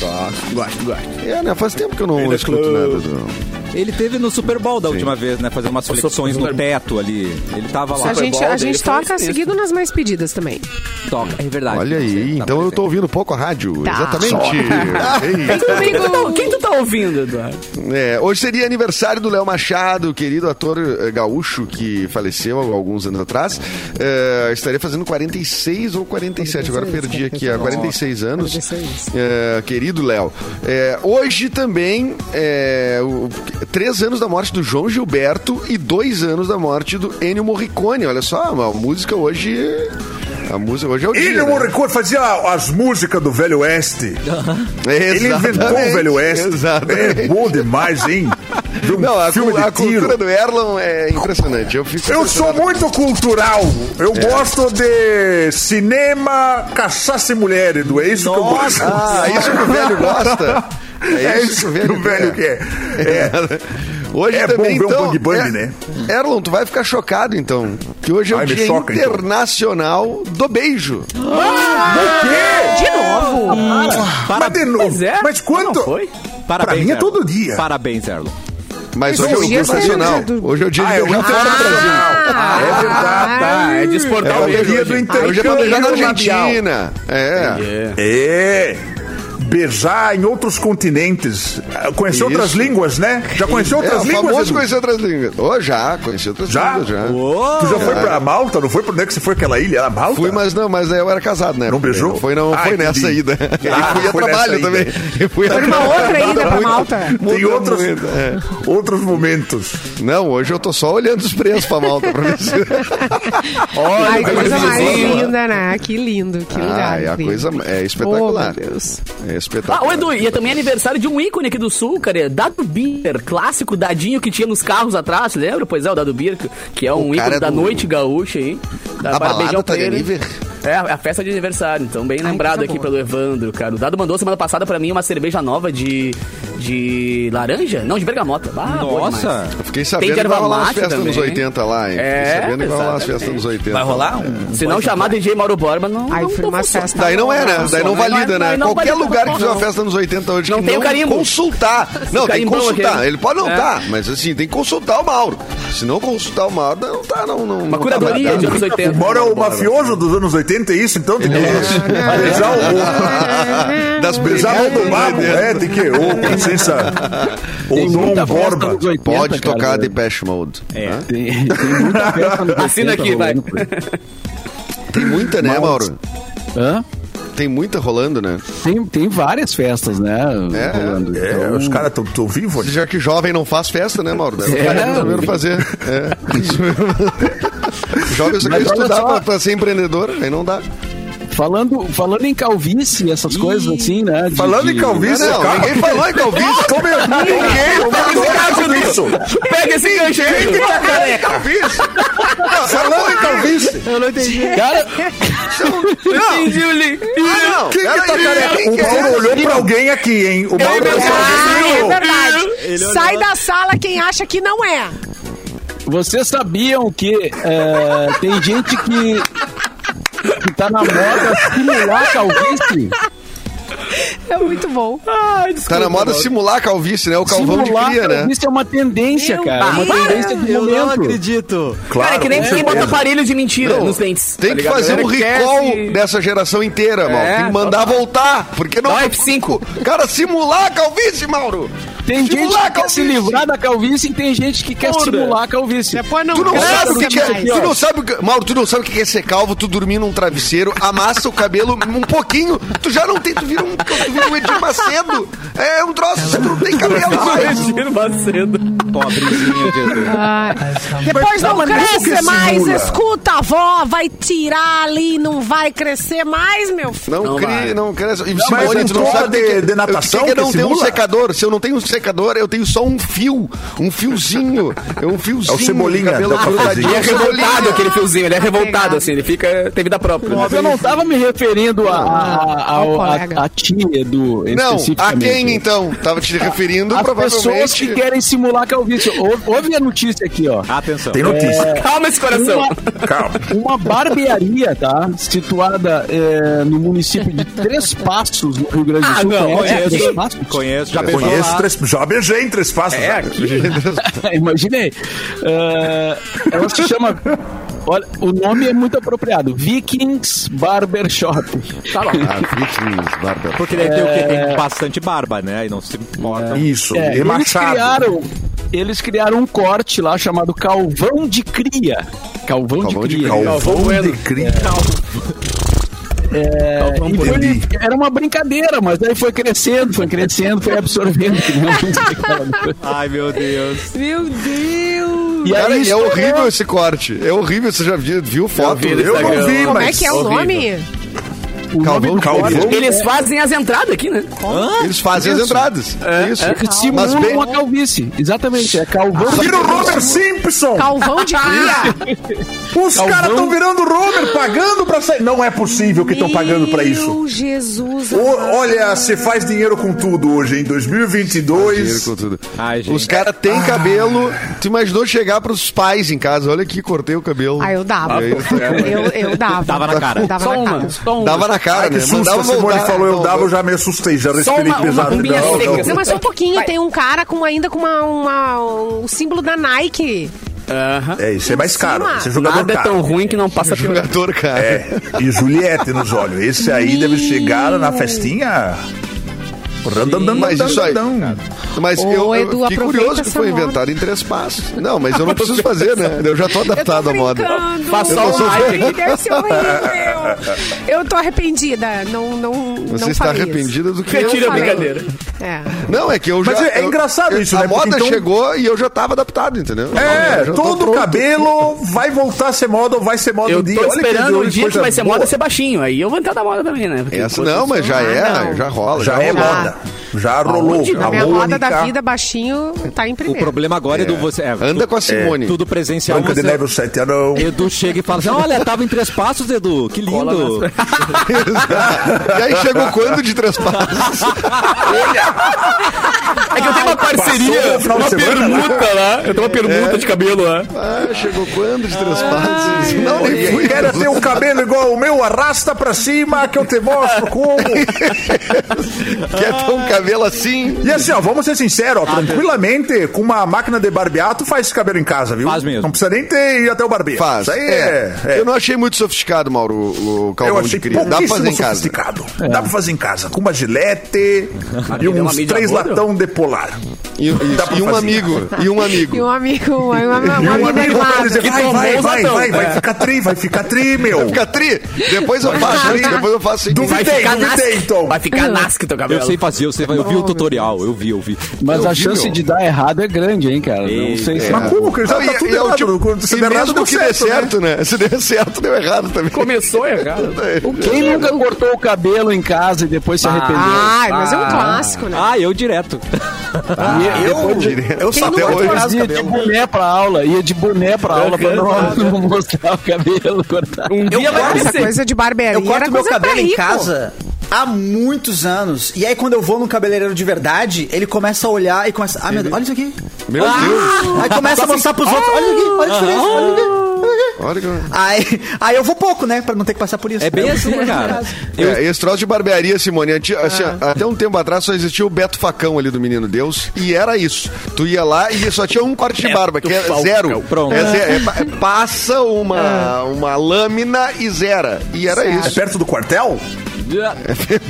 Gosto, gosto.
É, né? Faz tempo que eu não escuto nada do...
Ele teve no Super Bowl da última vez, né? Fazendo umas flexões no teto ali. Ele tava lá.
A gente, a gente toca
assim.
seguido nas mais pedidas também.
Toca, é verdade.
Olha aí, então eu tô ouvindo pouco a rádio. Exatamente. É Eita.
Quem tu, tá, quem tu tá ouvindo, Eduardo?
É, hoje seria aniversário do Léo Machado, querido ator eh, gaúcho que faleceu há alguns anos atrás. Eh, estaria fazendo 46 ou 47, agora perdi aqui, há 46 anos.
46.
Eh, querido Léo. Eh, hoje também, eh, o- três anos da morte do João Gilberto e dois anos da morte do Ennio Morricone. Olha só, a música hoje. A música hoje é o dia.
Ele,
né?
o Morricone, fazia as músicas do Velho Oeste. Ele inventou
Exatamente,
o Velho Oeste.
Exatamente.
É bom demais, hein? De um
Não, a,
filme
cu- a
de tiro.
cultura do Erlon é impressionante. Eu, fico
Eu sou muito cultural. Eu gosto de cinema, cachaça e mulher, Edu. É isso que eu gosto.
Ah, isso que o velho gosta.
É isso que o velho quer. É.
Hoje
É
também,
bom ver um
então,
Bang Bang,
é-
né?
Erlon, tu vai ficar chocado, então. Que hoje é o
Ai, me
Dia
choca, então.
Internacional do Beijo.
De
É.
novo? Mas de novo. Mas,
Pois é.
quanto?
Não foi?
Pra
Parabéns,
mim é
Erlon.
todo dia.
Parabéns, Erlon.
Mas
Esse
hoje é o dia
dia seria
internacional.
do-
Hoje é o dia
Ah,
de
é o
beijar fora do Brasil.
Ah, é verdade.
Ah, é
É
desportar
o
o beijo.
dia do
Hoje é pra beijar na
intercâmbio labial.
Argentina. É.
É. Beijar em outros continentes. Conhecer
Isso.
outras línguas, né? Já conheceu
É,
outras
o
línguas?
famoso
Edu?
conhecer outras línguas. Oh, já, conheci outras
Já?
línguas, já.
Tu já foi pra Malta? Não foi pra onde é que você foi aquela ilha? Era Malta?
Fui, mas não, mas eu era casado, né?
Não beijou?
Foi, não,
Ah,
foi
entendi.
nessa ida.
Ah,
e fui a
foi nessa
trabalho
ida.
também. E fui a
Uma outra ida pra Malta.
Tem
Muda
outros,
muito, é.
outros momentos.
Não, hoje eu tô só olhando os preços pra malta pra ver se.
Ai,
que
que coisa mais
beleza.
linda, né? Que lindo, que lugar.
Ai, a
incrível.
coisa é
Oh,
espetacular.
meu Deus.
É espetacular.
Ah, o Edu, e é também aniversário de um ícone aqui do Sul, cara. é Dado Beer, clássico dadinho que tinha nos carros atrás, lembra? Pois é, o Dado Beer, que- que é um
cara
ícone da
do-
noite gaúcha, hein? Dá
A
para beijar
balada
o
tá de
ele.
nível.
É, a festa de aniversário, então bem lembrado aqui pelo Evandro, cara. O Dado mandou semana passada pra mim uma cerveja nova de. de laranja? Não, de bergamota. Ah, boa demais.
Nossa.
Eu fiquei
Tem de
sabendo que vai
erva
rolar umas
mate
festas nos
também.
80 lá, hein? Fiquei
É,
sabendo que vai rolar umas festas
exatamente.
nos 80.
Vai rolar um.
Se não chamar DJ Mauro Borba, não.
Aí
não,
foi
não
uma
funciona.
festa.
Daí não é, né?
Nossa,
Daí não
não é-
valida,
não é-
né?
não
Qualquer
valida
lugar que
porra,
fizer uma
não.
festa nos 80 hoje,
Não
que
tem o
não
carimbo.
consultar. Não, tem que
carimbão
consultar.
aquele.
Ele pode não
É.
tá, mas assim, tem que consultar o Mauro. Se não consultar o Mauro, não tá, não. não
Uma curadoria né? de anos 80.
Bora o mafioso
assim.
dos anos 80, é isso? Então tem que beijar o...
Das
É.
Beijar
beijadas
o do mago,
né?
é, tem que... Ô, com licença.
Tem
O
muita
Dom
festa
Borba.
nos 80,
Pode
cara. É,
tocar Depeche Mode.
É.
né?
Tem, tem muita festa nos
Assina
80
aqui, vai.
rolando por aí.
Tem muita, né, Mauro?
Hã?
Tem muita rolando, né?
Tem, tem várias festas, né?
É,
rolando.
É,
Então,
os caras estão vivos.
Já que jovem não faz festa, né,
É.
Mauro? Daí o cara resolveram fazer. É. jovem só quer
Mas olha
estudar
só.
pra, pra ser empreendedor, aí não dá. Tá
falando, falando em calvície, essas coisas assim, né? de-
Falando em
de-
calvície,
não,
cara.
ninguém falou em calvície.
Tô me- Ninguém falou em isso.
Pega esse gancho aí, Edu.
Calvície?
Falando em calvície.
Cara,
Não entendi o link.
Ah, não.
Quem que tá
Peraí,
careca?
quem
O
que é?
Mauro olhou pra alguém aqui, hein? O Mauro olhou pra
Ah,
alguém.
é
e olhou.
verdade. Sai da sala quem acha que não é.
vocês sabiam que é, tem gente que, que tá na moda simular calvície?
É muito bom.
Ai, desculpa,
Tá na moda simular a calvície, né? O calvão de
Simular,
cria, né?
Isso é uma tendência,
Meu
cara. É uma
Deus.
tendência do
Ah, Eu não
momento.
acredito.
Cara, é que nem
com
quem bota
certeza.
aparelho de mentira
Não,
nos dentes.
Tem
tá
que
ligado?
fazer um
Galera que
recall
cresce-
dessa geração inteira, mal.
É,
Tem que mandar voltar, porque não. é
Dá um F5.
Cara, simular a calvície, Mauro!
Tem gente
simular a
que quer se
calvície.
livrar da calvície e tem gente que quer
Porra.
simular a calvície.
Depois não
Tu não
cansa
sabe o que, que é.
mais.
Tu não sabe o que, Mauro, tu não sabe o que que é ser calvo, tu dormir num travesseiro, amassa o cabelo um pouquinho, tu já não tem, tu vira um, tu vira um Edir Macedo. É um troço, tu não tem cabelo mais.
Imagina o Macedo.
Pobrezinho de Edu.
Ai. Depois não, cresce mais, escuta a avó, vai tirar ali, não vai crescer mais, meu filho.
Não,
Não
cria,
vai.
não cresce. E
mas
olha,
não
tu não
troca
sabe
de-
que-
de
eu- que
natação
que eu não
que
tenho um
simula?
secador. Se eu não tenho um secador, eu tenho só um fio. Um fiozinho. É um fiozinho.
Cebolinha,
cabelo
dá pra fazer.
grudadinho.
Ele é
Cebolinha.
revoltado aquele fiozinho, ele é revoltado,
pegado.
assim, ele fica. tem vida própria. Então,
Mas eu não tava me referindo à
Ah,
a,
Ao
a,
colega.
a, tia do
Não, a
especificamente.
quem então? Tava te referindo,
As pessoas
provavelmente.
que querem simular calvície. Ou- Ouve a notícia aqui, ó.
Atenção.
Tem notícia.
Calma esse coração.
Uma,
Calma.
uma barbearia, tá? Situada eh, no município de Três Passos, no Rio Grande do
Ah,
Sul.
não,
Conhece
conheço.
Três Passos?
Conheço, já beijou
Conheço
lá.
três. Já beijei em três passos.
É,
né?
aqui.
Imaginei. Eh, ela se chama. Olha, o nome é muito apropriado. Vikings Barbershop.
Tá bom.
Ah, Vikings, Bárbara.
Porque daí tem o quê? Tem bastante barba, né? E não se importa.
Isso,
É,
e
eles
machado.
criaram, eles criaram um corte lá chamado Calvão de Cria. Calvão,
Calvão de
de Cria.
Calvão de cria.
É, e foi-
Entendi.
era uma brincadeira, mas daí foi crescendo, foi crescendo, foi absorvendo. que nem um
Ai, meu Deus.
Meu Deus!
E
Cara,
aí
e é
estourou.
horrível esse corte. É horrível, você já viu, viu foto?
vi no
Eu não
Instagram.
vi,
Como é
mas
que é o
horrível.
nome?
O
Calvão,
nome do
calvão.
corte, é
Eles fazem as entradas aqui, né?
eles fazem as entradas. É, isso.
Eles
Mas
simulam
bem-
uma calvície. Exatamente, é calvão.
Vira o Homer Simpson!
Calvão de Cria.
Os caras estão virando Homer, pagando pra sair. Não é possível que estão pagando pra isso.
Meu Jesus.
O-
amado.
olha, se faz dinheiro com tudo hoje, em 2022.
Com tudo.
Ai, gente.
Os caras têm
Ah.
cabelo. Tu imaginou chegar pros pais em casa? Olha aqui, cortei o cabelo.
Ah, eu dava.
E aí,
Eu, eu dava.
Dava na cara.
Dava
Só
na cara.
uma, só uma.
Dava na cara,
Ai, que
né?
susto,
Mandava
a Simone
voltar.
falou, eu
Não, tá
dava, eu já me assustei, já respirei
uma- uma
pesado.
bombinha
Não,
seca.
não.
Não, mas só um pouquinho. Tem um cara com ainda com uma, uma- um símbolo da Nike.
É, isso é mais caro,
cima,
esse é jogador
Nada é
caro.
tão ruim que não passa pior.
Jogador, cara.
É, e Juliette nos olhos. Esse aí deve chegar na festinha. Randandandandandandam.
mas isso aí- Mas
Ô,
eu, eu
Edu,
fiquei
aproveita
curioso que
essa
foi
moda.
inventado em três passos. Não, mas eu não preciso fazer, né? Eu já tô adaptado à moda.
Faz
só um like
aqui. Deve ser horrível. Eu tô arrependida. Não, não,
Você
não
está
falei isso.
arrependida do que eu
Retira a
falei.
brincadeira.
É.
Não, é que eu já.
Mas é- é
eu-
engraçado isso,
a
né? Porque
moda
então-
chegou e eu já tava adaptado, entendeu?
É,
Eu já tô
todo
pronto.
cabelo vai voltar a ser moda ou vai ser moda
Eu
um dia.
tô
Olha que
esperando o
coisa
dia que vai ser
boa.
moda ser baixinho. Aí eu vou entrar na moda também, né? Porque
Essa
enquanto
não, mas já
Ah,
é,
não.
já rola.
Já é
rola.
moda. Já rolou.
Aonde?
Na
A
minha roda da
Mônica,
vida, baixinho tá em
O
primeiro.
problema agora é, do você. é, tu-
Anda com a Simone.
Tudo presencial.
Branca de
você-
Neve, o sete anão.
Edu chega e fala assim: Olha, tava em três passos, Edu. Que lindo.
e aí chegou quando de trespassos?
É que eu tenho uma
Passou
parceria,
o final de
uma
semana
permuta lá. Eu tenho uma permuta de cabelo lá.
Ah, chegou quando de
Ah, é.
trespassos? Não, nem
Quem
fui.
Quer ter um cabelo igual o meu, arrasta pra cima que eu te mostro como.
Quer ter um cabelo assim?
E assim, ó, vamos ser sinceros, ó, tranquilamente, com uma máquina de barbear, tu faz esse cabelo em casa, viu?
Faz mesmo.
Não precisa nem ter ir até o barbeiro.
Faz.
Isso aí é. é.
Eu não achei muito sofisticado, Mauro, o, o
Eu
calvão de
achei
cria. Dá pra fazer
pouquíssimo
em casa. É.
sofisticado. Dá pra fazer em casa. Com uma gilete e
tem uma
uns
mídia
três
boa,
latão de polar.
E, e-
Dá pra
e um
fazer.
amigo, e um amigo.
E um amigo, um, um, um,
E um amigo
amigo
pra dizer, vai,
animado.
vai,
tomou
vai,
latão.
vai, vai ficar tri, vai ficar tri, meu.
Fica tri, depois eu faço,
tri.
depois eu faço.
Duvidei, duvidei,
nasce.
então.
Vai ficar nasce teu cabelo.
Eu sei fazer, eu sei fazer. Eu vi o tutorial, eu vi, eu vi. é.
Mas
Eu
a
vi,
chance
meu.
de dar errado é grande, hein, cara? Não
Eita.
sei se
Mas como, que já
É. Não,
tá tudo
é o
errado.
tipo-
Quando se
e
der errado,
mesmo
deu
que dê
certo, né?
certo, né? Se der certo, deu errado também.
Começou errado.
Quem nunca cortou o cabelo em casa e depois se arrependeu?
Ai, mas é um clássico, né?
Ah, eu direto.
Direto.
Eu só
nunca
até
foi
hoje.
cortado
Mas ia de boné pra aula, ia de boné pra aula pra não, não mostrar o cabelo cortado.
Um dia vai
Essa
crescer.
coisa de barbearia
Eu corto
era
meu
coisa pra
cabelo em
rico.
casa há muitos anos. E aí, quando eu vou num cabeleireiro de verdade, ele começa a olhar e começa. Ah, meu Deus, olha isso aqui.
Meu Deus.
Aí começa a mostrar pros outros. Olha isso aqui, olha isso aqui. Olha isso aqui.
Olha que-
Aí, aí eu vou pouco, né? Pra não ter que passar por isso.
É bem
Eu-
assim, cara. Eu-
É, esse troço de barbearia, Simone, anti- assim, ó, até um tempo atrás só existia o Beto Facão ali do Menino Deus, e era isso. Tu ia lá e só tinha um corte de barba, que é zero.
Pronto.
É zero. É pa- é passa uma, uma lâmina e zera. E era
Ah. É
isso.
perto do quartel?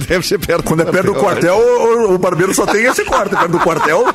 Deve ser perto
Quando é perto do quartel, o, o barbeiro só tem esse quarto. É perto do quartel.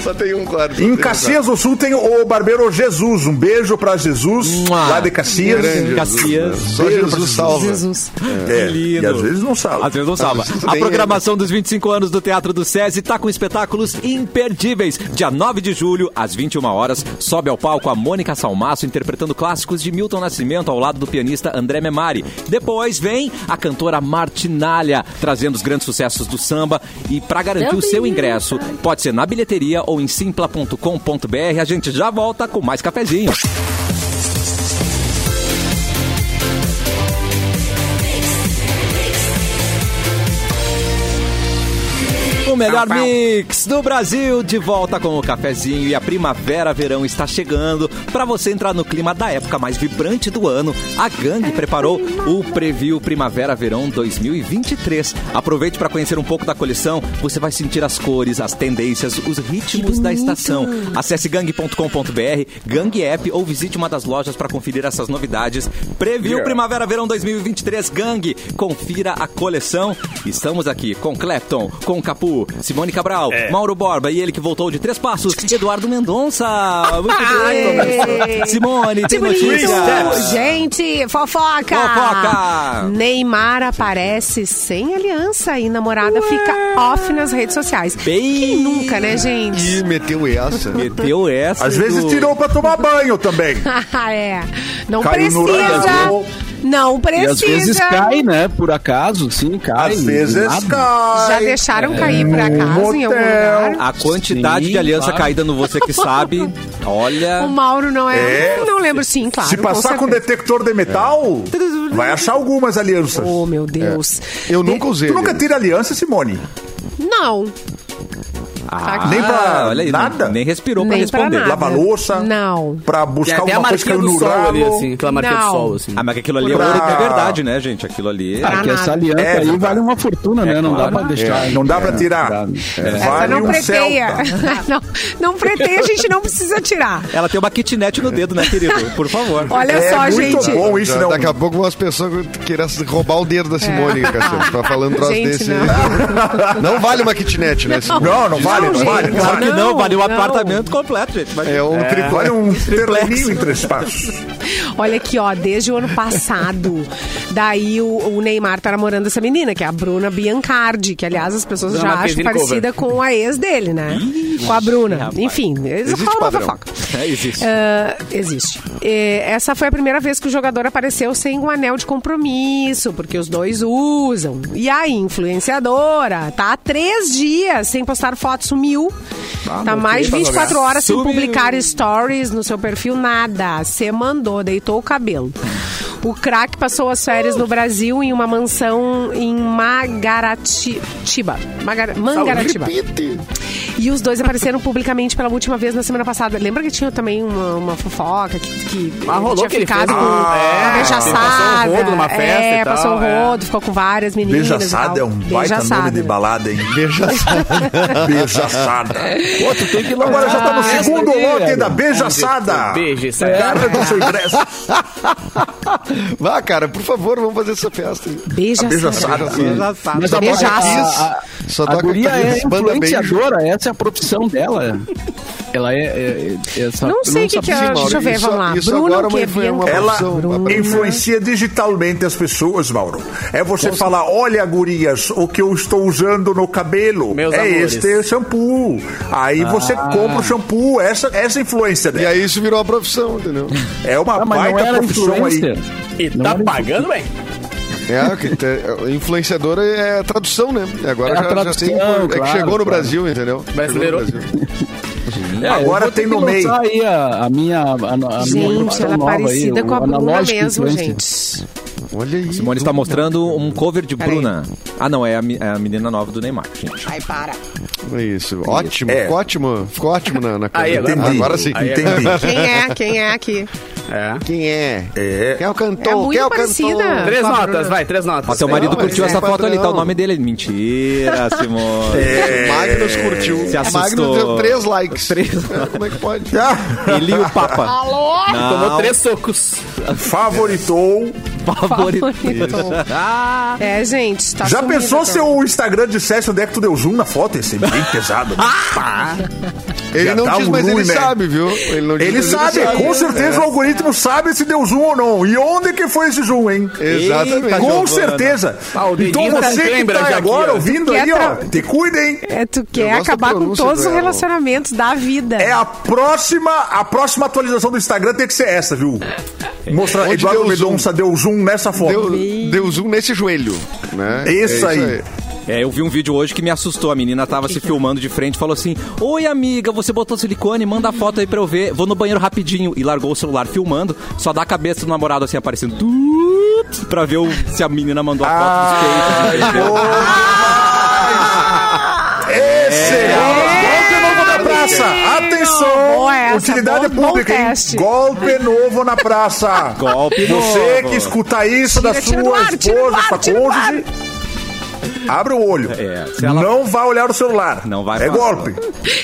Só tem um quarto.
Em Caxias do Sul tem o barbeiro Jesus. Um beijo pra Jesus,
Mua.
lá de Caxias.
Grande
Caxias.
Jesus, né? Só Jesus salva.
Jesus.
É,
Lindo.
e às vezes não sabe.
Às vezes não salva. Ah,
vezes
A
tem
programação dos 25 anos do Teatro do SESI tá com espetáculos imperdíveis. Dia 9 de julho, às 21 horas, sobe ao palco a Mônica Salmaço interpretando clássicos de Milton Nascimento ao lado do pianista André Memari. Depois vem a cantora Martinalha trazendo os grandes sucessos do samba e para garantir o seu ingresso, pode ser na bilheteria ou em simpla.com.br. A gente já volta com mais cafezinho. O melhor mix do Brasil, de volta com o cafezinho e a primavera, verão está chegando. Para você entrar no clima da época mais vibrante do ano, a Gangue preparou o preview Primavera Verão 2023. Aproveite para conhecer um pouco da coleção, você vai sentir as cores, as tendências, os ritmos da estação. Acesse gangue.com.br, Gangue App ou visite uma das lojas para conferir essas novidades. Preview Primavera Verão 2023 Gangue. Confira a coleção. Estamos aqui com Clapton, com Capu, Simone Cabral,
É.
Mauro Borba e ele que voltou de três passos, Eduardo Mendonça. Muito bem. Simone,
Que
tem
bonito!
notícias.
Gente, fofoca!
Fofoca!
Neymar aparece sem aliança e namorada fica off nas redes sociais.
Bem-
Quem nunca, né, gente?
E meteu essa.
Meteu essa.
Às vezes
Edu.
tirou pra tomar banho também.
é. Não
Caiu no
precisa.
radar.
Não
E
precisa.
às vezes cai, né? Por acaso, sim, cai.
Às
do
vezes
nada.
cai.
Já deixaram cair pra
no
casa em algum
É. Um motel.
lugar?
A quantidade
Sim,
de aliança
claro.
caída no Você Que Sabe, olha...
O Mauro não é.
É.
Não lembro, sim, claro.
Se passar com
certeza. É.
detector de metal, vai achar algumas alianças.
Oh, meu Deus.
Eu nunca usei.
Tu nunca
né?
tira aliança, Simone?
Não. Tá
Ah,
Nem pra
olha aí,
nada?
Nem respirou pra
Nem pra
responder.
nada.
Lava louça?
Não.
Pra
Tem
buscar
até a
alguma coisa que caiu
marquinha do
no
sol ali,
ralo?
assim. Aquela marquinha
Não.
do sol, assim.
Ah, mas aquilo ali é
Pra-
ouro de verdade, né, gente? Aquilo ali...
Ah, que
nada.
essa aliança
É,
aí
verdade.
vale uma fortuna, né? Não
claro.
dá pra deixar.
É, não dá pra tirar.
não dá.
Essa
Vale
não
um
preteia.
Celta.
não, não preteia, a gente não precisa tirar.
Ela tem uma kitnet no dedo, né, querido? Por favor.
Olha
É
só,
muito
gente.
bom isso,
Já-
não.
Daqui a pouco umas pessoas querem roubar o dedo da Simone, é. Tá falando um troço
Gente,
desse.
não.
Não. vale uma kitnet, né, Simone?
Não, não vale, não,
gente.
vale. não
Claro
vale.
que não,
Não,
valeu o
não.
apartamento completo, gente. Mas...
É um triplo.
Vale um terreninho em três passos.
Olha aqui, ó, desde o ano passado. Daí o, o Neymar tá namorando essa menina, que é a Bruna Biancardi, que aliás as pessoas
Bruna
já acham
Marquezine
parecida com a ex dele, né? com a Bruna.
rapaz.
Enfim, eles
Existe
rolam uma
padrão.
fofoca.
É, existe.
Ah, existe. Eh, essa foi a primeira vez que o jogador apareceu sem um anel de compromisso, porque os dois usam. E a influenciadora tá há três dias sem postar foto, sumiu. tá mais de 24 horas sem
Ah, Sumiu.
publicar stories no seu perfil, nada. Você mandou, deitou o cabelo. O craque passou as férias no Brasil em uma mansão em Magaratiba. Magar Mangaratiba.
Repite.
E os dois apareceram publicamente pela última vez na semana passada. Lembra que tinha também uma, uma fofoca que, que
Ah, rolou
tinha
que ele
ficado
fez
com
um- é,
uma
passou um rodo numa festa
É,
e tal,
passou um
é.
rodo, ficou com várias meninas. e
Beijaçada é
tal.
um baita
Beijaçada.
nome de balada, hein? Beijaçada. Beijaçada.
Pô, tu tem que ir lá
Agora já tá no
na festa
segundo
ali,
lote
velho.
da Beijaçada.
Beijo, essa
Cara, do seu ingresso.
Vá, cara, por favor, vamos fazer essa festa.
Beijaçada.
Beijaçada.
Mas a,
Beijaço.
a, a,
Só
a
toca
guria é
três banda beijo.
influenciadora, essa é a profissão dela. Ela é... é- é- essa,
Não sei o que,
sabia
que é.
Mauro,
Deixa eu ver,
isso-
vamos lá.
isso
Bruno
agora
o quê?
foi uma-
Bianca?
Ela
Bruna.
influencia digitalmente as pessoas, Mauro. É você falar, olha, gurias, o que eu estou usando no cabelo
Meus
é
amores."
este shampoo. Aí você compra o shampoo, essa, essa influência
E
dela.
aí isso virou uma profissão, entendeu?
É uma
Ah, mas não
baita
era
profissão aí.
influencer.
E
Não
tá
era
pagando, velho?
É, que te- influenciadora é a tradução, né? Agora
É a
já,
tradução,
já tem. É que
claro,
chegou no
claro.
Brasil, entendeu?
Brasileiro.
Chegou no Brasil.
É,
Agora
eu vou
tem
ter
no
que
meio.
lançar aí a, a minha, a, a minha
Gente, ela
profissão
é
Tá nova aí,
parecida
o
com a Bruna
analógico
mesmo,
influencer.
gente.
Olha aí.
Simone está mostrando um cover de
Peraí.
Bruna. Ah, não, é a, mi- é a menina nova do Neymar, gente.
Ai, para.
É Isso. Ótimo,
É.
ficou ótimo. Ficou ótimo na, na
Aí, agora-
agora, agora sim.
né?
Entendi.
Quem é? Quem é aqui?
É.
Quem é?
É.
Quem é o
É
cantor?
muito né?
Quem é o
parecida.
cantor?
Três
Fala,
notas,
Bruno.
vai, três notas.
Ó, teu marido
Não,
curtiu
esse é
essa foto ali, tá o
padrão.
nome dele. Mentira, Simone.
É.
É.
Magnus curtiu.
Se assustou.
Magnus deu três likes. É, Como é que pode?
Ele e o Papa. Alô? Não,
Tomou três socos.
Favoritou.
favorito.
É, gente, tá
Já
sumida,
pensou
tá?
se o Instagram dissesse onde é que tu deu zoom na foto? Ia ser bem pesado. né?
Ah! Ele
Já
não
dá
diz,
um
mas
ruim,
ele
né?
sabe, viu? Ele, não diz,
Ele
mas
sabe, com certeza o algoritmo sabe se deu zoom ou não. E onde que foi esse zoom, hein?
Exatamente.
Eita,
Com
Giovana.
certeza.
Ah, o
então
dedinho tá
você que
cãibra
tá
já aqui,
agora
ó.
ouvindo
Quer
aí, ó,
tra-
te cuida, hein?
É, tu
Eu
quer
gosto da
acabar com
pronúncia
todos
do
os
Elon.
relacionamentos da vida.
É a próxima, a próxima atualização do Instagram tem que ser essa, viu? Mostrar
Onde
Eduardo
deu
Mendonça deu zoom nessa foto.
Deu, deu zoom nesse joelho, né?
Isso
É
aí.
É, eu vi um vídeo hoje que me assustou. A menina tava se filmando de frente e falou assim: Oi, amiga, você botou silicone, manda a foto aí pra eu ver. Vou no banheiro rapidinho. E largou o celular filmando, só dá a cabeça do namorado assim aparecendo tudo, pra ver o- se a menina mandou a
Ah,
foto dos peitos. entendeu?
é Golpe novo na praça. Atenção.
É. Boa essa,
Utilidade
bom- bom
pública, hein?
teste.
Golpe novo na praça.
Golpe
Você
novo.
que escuta isso da
Tira, tira do
sua
ar, tira do
esposa,
ar,
sua
tira do ar.
cônjuge. Abre o olho.
É, se ela-
Não vai olhar o celular.
Não vai
É
falar.
golpe.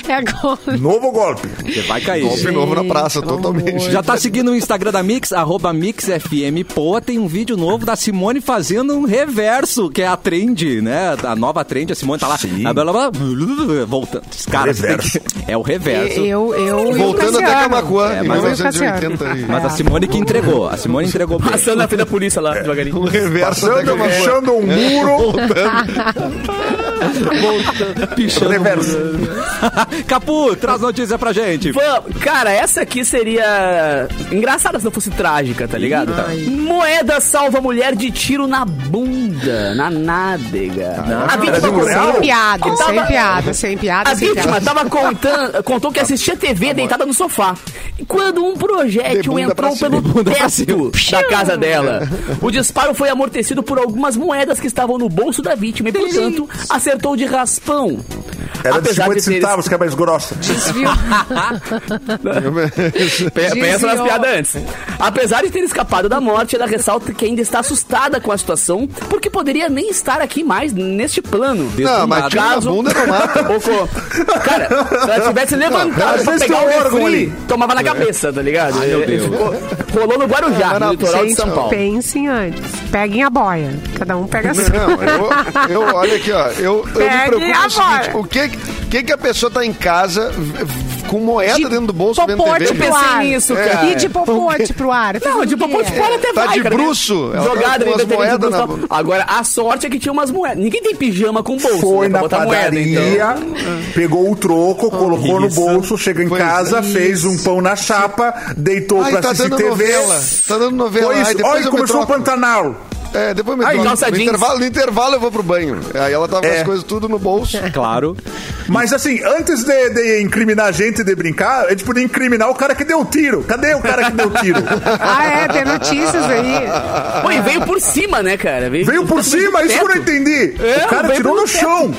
É agora.
Novo golpe.
Você vai cair.
Golpe novo na praça, totalmente.
Já tá seguindo o Instagram da Mix, arroba MixFMPoa, tem um vídeo novo da Simone fazendo um reverso, que é a trend, né? A nova trend, a Simone tá lá. Blá, blá, blá, blá, voltando. Cara, você tem
Reverso.
que- é o reverso.
Eu, eu
Voltando até Camacuã,
É,
em
mas-
1980. aí.
Mas tá a Simone que entregou. A Simone entregou bem.
Passando na frente da polícia lá, devagarinho.
O reverso até
Passando,
Camacuã.
baixando
É,
um muro.
Pichando.
Reverso.
Capu, traz notícia pra gente.
Vamos. Cara, essa aqui seria engraçada se não fosse trágica, tá ligado? Moeda salva mulher de tiro na bunda, na nádega. a vítima
Sem piada,
Eu
sem
tava-
piada, sem piada,
A
sem
vítima
piada.
tava contando, contou que assistia TV deitada no sofá. E Quando um
De
projétil
bunda pra
entrou
cima.
pelo
De
teto da casa dela, o disparo foi amortecido por algumas moedas que estavam no bolso da vítima e, portanto, acertou de raspão.
Era de
Apesar
50
ter-
centavos, que é mais grossa.
Desviou.
Pe- Pensa nas
Desviou.
piadas antes. Apesar de ter escapado da morte, ela ressalta que ainda está assustada com a situação, porque poderia nem estar aqui mais neste plano.
Não, mas
Desnudado.
tiro na bunda não mata.
Oco. Cara, se ela tivesse levantado
às
pra
vezes
pegar o
tem um órgão
refri,
ali.
tomava na cabeça, tá ligado? Ele ficou- rolou no Guarujá, no litoral de São Paulo.
Pensem antes. Peguem a boia. Cada um pega a sua.
Não, eu, eu olha aqui, ó. Eu, eu me
Pegue
preocupo com
a
o seguinte:
bola.
o que, que, que a pessoa tá em casa v- v- com moeda
De
tá dentro do bolso, vendo
popote
TV?
pensei
pro ar.
nisso,
É.
cara.
E de popote pro ar.
Não, de popô
é.
de fora até
Tá
vai,
de
cara.
bruço? Ela tá
Jogada,
com
ali,
as
dependendo
moedas né?
do
na
bolso.
bunda.
Agora, a sorte é que tinha umas moedas. Ninguém tem pijama com bolso.
Foi
né, pra
na
botar moeda,
padaria,
então.
pegou o
Ah.
troco, colocou no
Isso.
bolso, chega em
Pois
casa,
é.
fez um pão na chapa, deitou
Ai,
pra
tá
assistir
dando
TV.
novela. Tá dando novela.
Foi
Ai,
isso.
depois
Olha,
eu me
começou o
troco.
Pantanal.
É, depois me
Aí,
dorme.
um calça
no,
jeans.
intervalo, no intervalo eu vou pro banho. Aí ela tava com
É.
as coisas tudo no bolso.
Claro.
Mas assim, antes de, de incriminar a gente e de brincar, a gente podia incriminar o cara que deu o tiro. Cadê o cara que deu o tiro?
Ah, é, tem notícias aí.
Pô, e veio por cima, né, cara?
Veio por cima, isso que eu não entendi.
É,
o cara
veio
tirou
pelo
no
teto.
chão.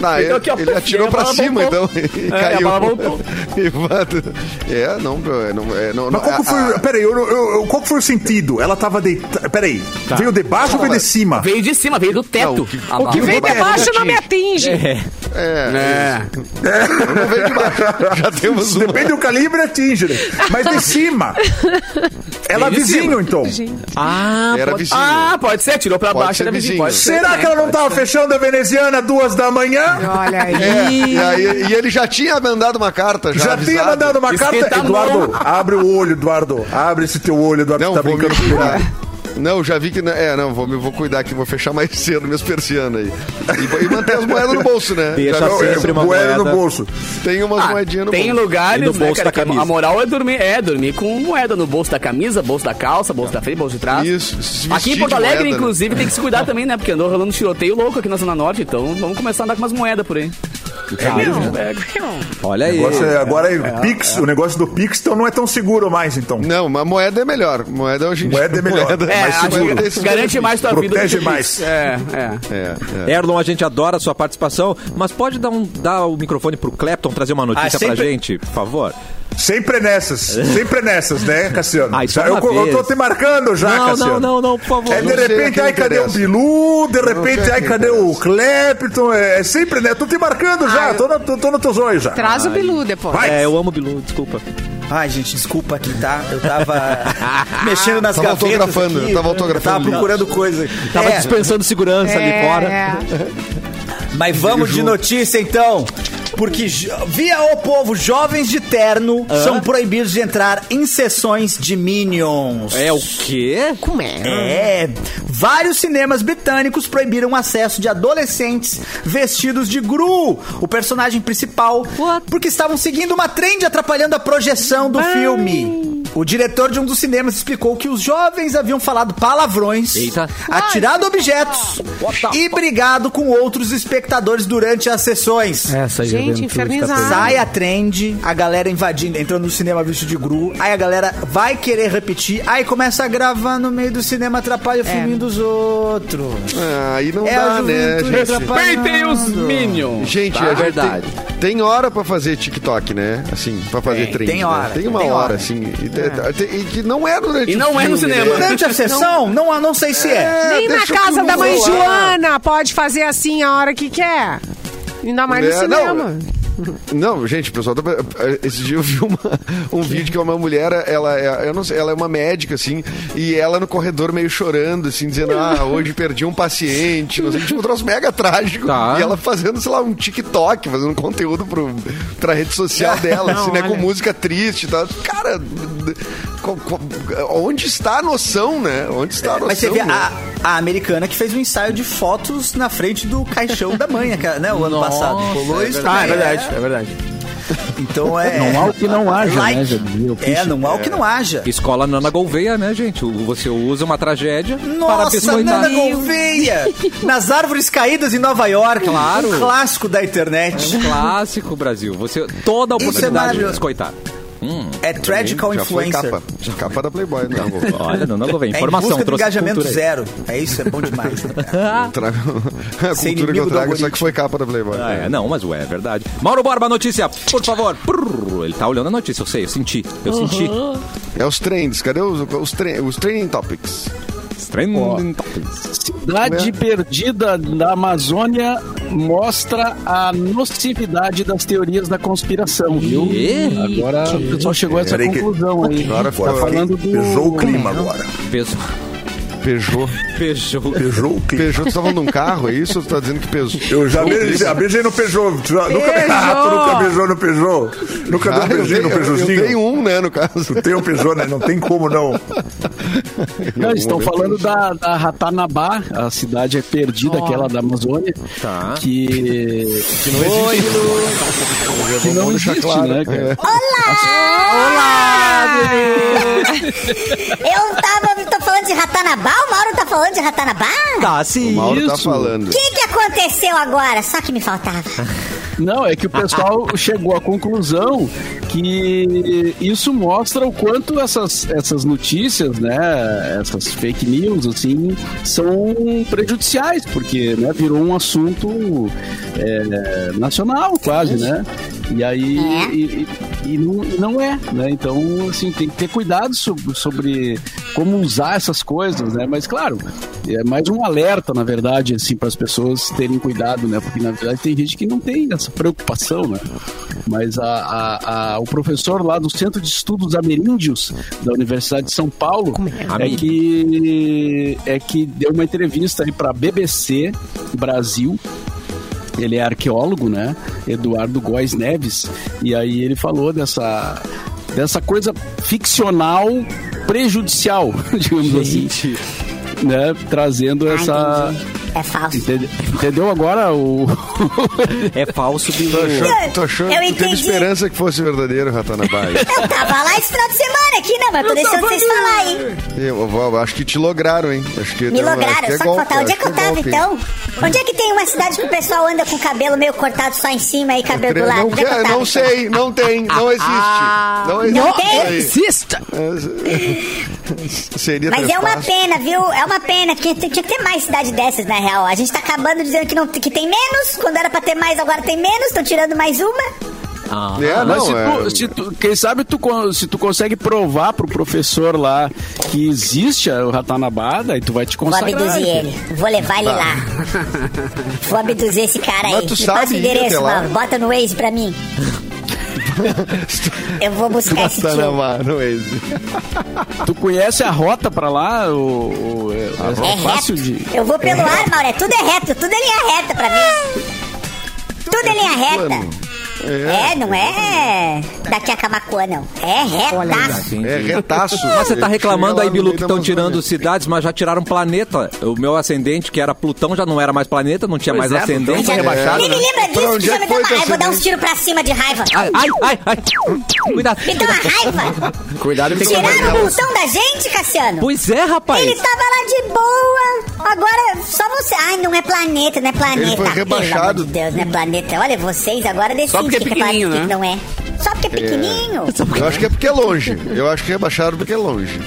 Não, ele,
Então aqui, ó,
ele atirou
e a
pra
bola
cima,
voltou.
então. E
É, a
caiu.
bola voltou.
E bota- é, não, é, não, é, não,
Mas qual que
a- a-
foi. Peraí, eu, eu- eu- qual que foi o sentido? Ela tava deitada. Peraí,
Tá.
veio de baixo ou veio de cima?
Veio de cima, veio do teto. Ah,
Não, o que-
A
o que
bala.
veio
Vem de baixo não me atinge.
É, é. Não veio de baixo. Já temos uma.
Depende do calibre, atinge. né? Mas de cima. Ela
Veio de
vizinho, então.
Era vizinho.
Ah, pode ser, tirou pra
Pode
baixo
ser
da vizinha.
vizinho.
Pode ser.
Será que ela não tava fechando a veneziana duas da manhã?
Olha aí.
É, e, aí- e ele já tinha mandado uma carta. Já,
Já
avisado.
tinha mandado uma
Esquenta
carta.
a
Eduardo, abre o olho, Eduardo. Abre esse teu olho, Eduardo,
Não,
que tá
vou me
brincando com
cuidar. Não, já vi que. não- É, não, vou, me- vou cuidar aqui, vou fechar mais cedo minhas persianas aí. E, e manter as moedas no bolso, né?
Deixa
Já-
assim. Sempre uma
moeda é no
moeda.
bolso.
Tem umas moedinhas no
Ah, tem
bolso.
lugares,
E no
né,
bolso
cara,
da
que a-
camisa.
a moral é dormir, é dormir com moeda no bolso da camisa, bolso da calça, bolso da frente, bolso de trás.
Isso, se vestir
Aqui em Porto
de
Alegre,
moeda, né?
inclusive, tem que se cuidar também, né? Porque andou rolando tiroteio louco aqui na Zona Norte, então vamos começar a andar com umas moedas por aí.
Olha aí.
Agora, você- agora é Pix, o negócio do Pix então não é tão seguro mais, então.
Não, mas moeda é melhor. Moeda hoje em dia.
Moeda é melhor,
é
mais
mais
seguro.
seguro. Desse-
Garante mais tua vida.
Protege
do que-
mais.
É, é.
É, é.
Erlon, a gente adora a sua participação, mas pode dar, um, dar o microfone pro Clapton trazer uma notícia
Ah, sempre-
pra gente, por favor?
Sempre é nessas, sempre é nessas, né, Cassiano?
Ah, isso
Já-
é
eu,
uma
co- eu
vez.
tô te marcando já,
não,
Cassiano.
não, não, não, por favor.
É
não
de
sei a
repente,
quem
ai, cadê o
interessa.
Bilu? De
sei
repente,
a
ai,
quem
cadê o
interessa.
Clepton? É, é sempre, né? Tô te marcando já, tô, na, tô, tô nos teus olhos já.
Traz o Bilu depois.
Vai.
É, eu amo Bilu, desculpa.
Ai, gente, desculpa aqui, tá? Eu tava mexendo nas
Tava
gavetas.
autografando,
aqui,
eu tava autografando
Tava procurando coisa.
Tava
É,
dispensando segurança ali fora.
É.
mas vamos de notícia então. Porque jo- via o povo, jovens de terno são proibidos de entrar em sessões de Minions.
É o quê?
Como é?
É, vários cinemas britânicos proibiram o acesso de adolescentes vestidos de Gru, o personagem principal,
What?
porque estavam seguindo uma trend atrapalhando a projeção do filme. O diretor de um dos cinemas explicou que os jovens haviam falado palavrões,
Eita.
atirado objetos e brigado com outros espectadores durante as sessões.
Essa
Gente,
juventude tá
infernizado.
perdida.
Sai a trend, a galera invadindo, entrando no cinema visto de gru, aí a galera vai querer repetir, aí começa a gravar no meio do cinema, atrapalha o
É.
filme dos outros.
Ah, Aí não
É a
dá, né,
juventude
gente?
atrapalhando.
Peitem os Minions.
Gente,
tá?
a gente
verdade.
Tem, tem hora pra fazer TikTok, né? Assim, pra fazer
Tem,
trend.
tem
né?
hora,
Tem uma
tem
hora,
hora.
assim. E, te- te- e que não é durante
E
o
não é no
filme,
cinema.
né?
Durante a sessão, não, não sei se é.
É,
Nem na
deixa
casa
eu
da mãe
rolar.
Joana pode fazer assim a hora que quer. Ainda mais no
É, não,
cinema.
Não, gente, o pessoal. Tá... Esse dia eu vi uma- um vídeo que é uma mulher, ela é, eu não sei, ela é uma médica, assim, e ela no corredor meio chorando, assim, dizendo: Ah, hoje perdi um paciente, não sei, tipo, um troço mega trágico.
Tá.
E ela fazendo, sei lá, um TikTok, fazendo conteúdo pro, pra rede social dela, assim, né, com música triste e tal. Cara, d- co- co- onde está a noção, né? Onde está a noção?
É, Mas você vê
né?
a, a americana que fez um ensaio de fotos na frente do caixão da mãe, aquela, né? O ano passado. Rolou isso
Ah, é
também,
verdade, é verdade.
Então é.
Não há o que não haja,
Like.
né, Jadil?
É, não há o que não haja.
Escola Nana Gouveia, né, gente? O- Você usa uma tragédia para
Nossa,
biscoitar.
Nana Gouveia! Nas árvores caídas em Nova York.
Claro.
Um clássico da internet.
Clássico, Brasil. Você toda a
Isso é
oportunidade de
maravilhoso.
biscoitar.
É Tragical
Já foi
Influencer.
capa. Capa da Playboy, né?
Olha, Nana Gouveia,
É
informação.
em busca do
trouxe
engajamento
cultura aí.
zero. É isso, é bom demais. né, cara?
Eu trago- a
Ser
cultura que
inimigo
eu
do
trago, só que
algoritmo.
foi capa da Playboy.
Ah, é, não, mas ué, é verdade. Mauro Borba, notícia, por favor. Prrr, Ele tá olhando a notícia, eu sei, eu senti. Eu
Uhum.
senti.
É os trends, cadê os, os, tre- os training topics?
Trending
É.
Cidade perdida da Amazônia mostra a nocividade das teorias da conspiração, viu?
Quê?
Agora o pessoal chegou a essa
Peraí que-
conclusão aí.
Agora
tá
foi-
falando do...
Pesou o clima agora.
Peso.
Peugeot.
Peugeot.
Pesou o clima.
Peugeot, tu tá falando de um carro, é isso? Tu tá dizendo que pesou?
Eu já beijei, já beijei no Peugeot. Já- Nunca, Ah, tu nunca beijou no Peugeot. Nunca deu um
Ah, eu,
beijinho
tenho,
no
eu, eu
Peugeotzinho.
tenho um, né, no caso.
Tu tem um Peugeot, né? Não tem como não.
Não, eles estão falando da, da Ratanabá, a cidade é perdida, aquela da Amazônia,
Tá.
que, que não existe, que não
é deixar
existe
claro. É,
né, cara?
Eu tava tô falando de Ratanabá, o Mauro tá falando de Ratanabá?
Tá, sim.
O Mauro tá
Isso.
falando.
O que, que aconteceu agora? Só que me faltava.
Não, é que o pessoal chegou à conclusão que isso mostra o quanto essas, essas notícias, né, essas fake news, assim, são prejudiciais, porque né, virou um assunto é, nacional quase, né? E aí,
É.
e, e- e não, e não é, né? Então, assim, tem que ter cuidado sobre, sobre como usar essas coisas, né? Mas, claro, é mais um alerta, na verdade, assim, para as pessoas terem cuidado, né? Porque, na verdade, tem gente que não tem essa preocupação, né? Mas a, a- a- o professor lá do Centro de Estudos Ameríndios, da Universidade de São Paulo, é
Amém.
que, é que deu uma entrevista aí para BBC Brasil, ele é arqueólogo, né? Eduardo Góes Neves. E aí ele falou dessa, dessa coisa ficcional
Tá.
prejudicial, digamos assim. Né? Trazendo essa,
É falso.
Entende- Entendeu agora o.
É falso, Bilu.
achando, tô achando
Eu
que tu teve
entendi.
esperança que fosse verdadeiro, Ratanabai.
Eu tava lá esse final de semana aqui, né? Mas tô deixando vocês falar, hein?
eu, eu acho que te lograram, hein? Acho que
Me
eu- acho
lograram,
que é
só que
golpe,
faltava. Onde é
acho
que eu
é
tava,
golpe, hein?
então? Onde é que tem uma cidade que o pessoal anda com o cabelo meio cortado só em cima e cabelo do lado?
Não,
Onde é que eu
quer,
tava,
não
então?
sei, não tem, não existe. Não existe.
ah. Não
isso
tem?
aí.
Exista!
É, Seria
Mas é uma
trespasso.
pena, viu? É uma pena, porque tinha que ter mais cidade dessas, na real. A gente tá acabando dizendo que, não, que tem menos, quando era pra ter mais, agora tem menos, estão tirando mais uma.
É,
Mas se
não, é-
tu- se tu- quem sabe tu, con- se tu consegue provar pro professor lá que existe o Ratanabada, aí tu vai te
Vou
consagrar.
abduzir ele. Vou levar ele lá. Vou abduzir esse cara aí.
Tá. Mas tu
Me
sabe
passa o
ir até
endereço,
lá?
Mauro. Bota no Waze pra mim. Eu vou buscar esse tio.
Ratanabá, não existe.
Tu conhece a rota pra lá? O, o- é, é
É
fácil
reto.
de.
Eu vou pelo ar, Mauro. É tudo é reto. Tudo é linha reta pra mim. Tudo é linha
Plano.
reta. É, não é daqui a Camacuã, não. É retaço.
assim,
É retaço.
Mas você tá
Ele
reclamando
chega lá
aí,
no
Bilu,
meio
que
da
estão
Amazônia.
tirando cidades, mas já tiraram um planeta. O meu ascendente, que era Plutão, já não era mais planeta, não tinha mais
é, não tem
ascendente.
Já-
rebaixado,
Nem me
né?
lembra
Pra
disso,
onde
que
é
já
que
me deu
foi
uma
teu
raiva. Vou dar um uns
acidente?
tiros pra cima de raiva.
Ai, ai, ai, ai. Cuidado.
Me deu uma raiva.
Cuidado que tem que
Tiraram o Plutão da gente, Cassiano?
Pois é, rapaz.
Ele tava lá de boa. Agora, só você. Ai, não é planeta, não é planeta.
Ele foi
Pelo
rebaixado.
amor de Deus, não é planeta. Olha, vocês agora decidem
porque é
o que que
pequenininho,
planeta, o que que
né?
não é. Só porque é pequenininho.
Eu acho que é porque é longe. Eu acho que rebaixaram porque é longe.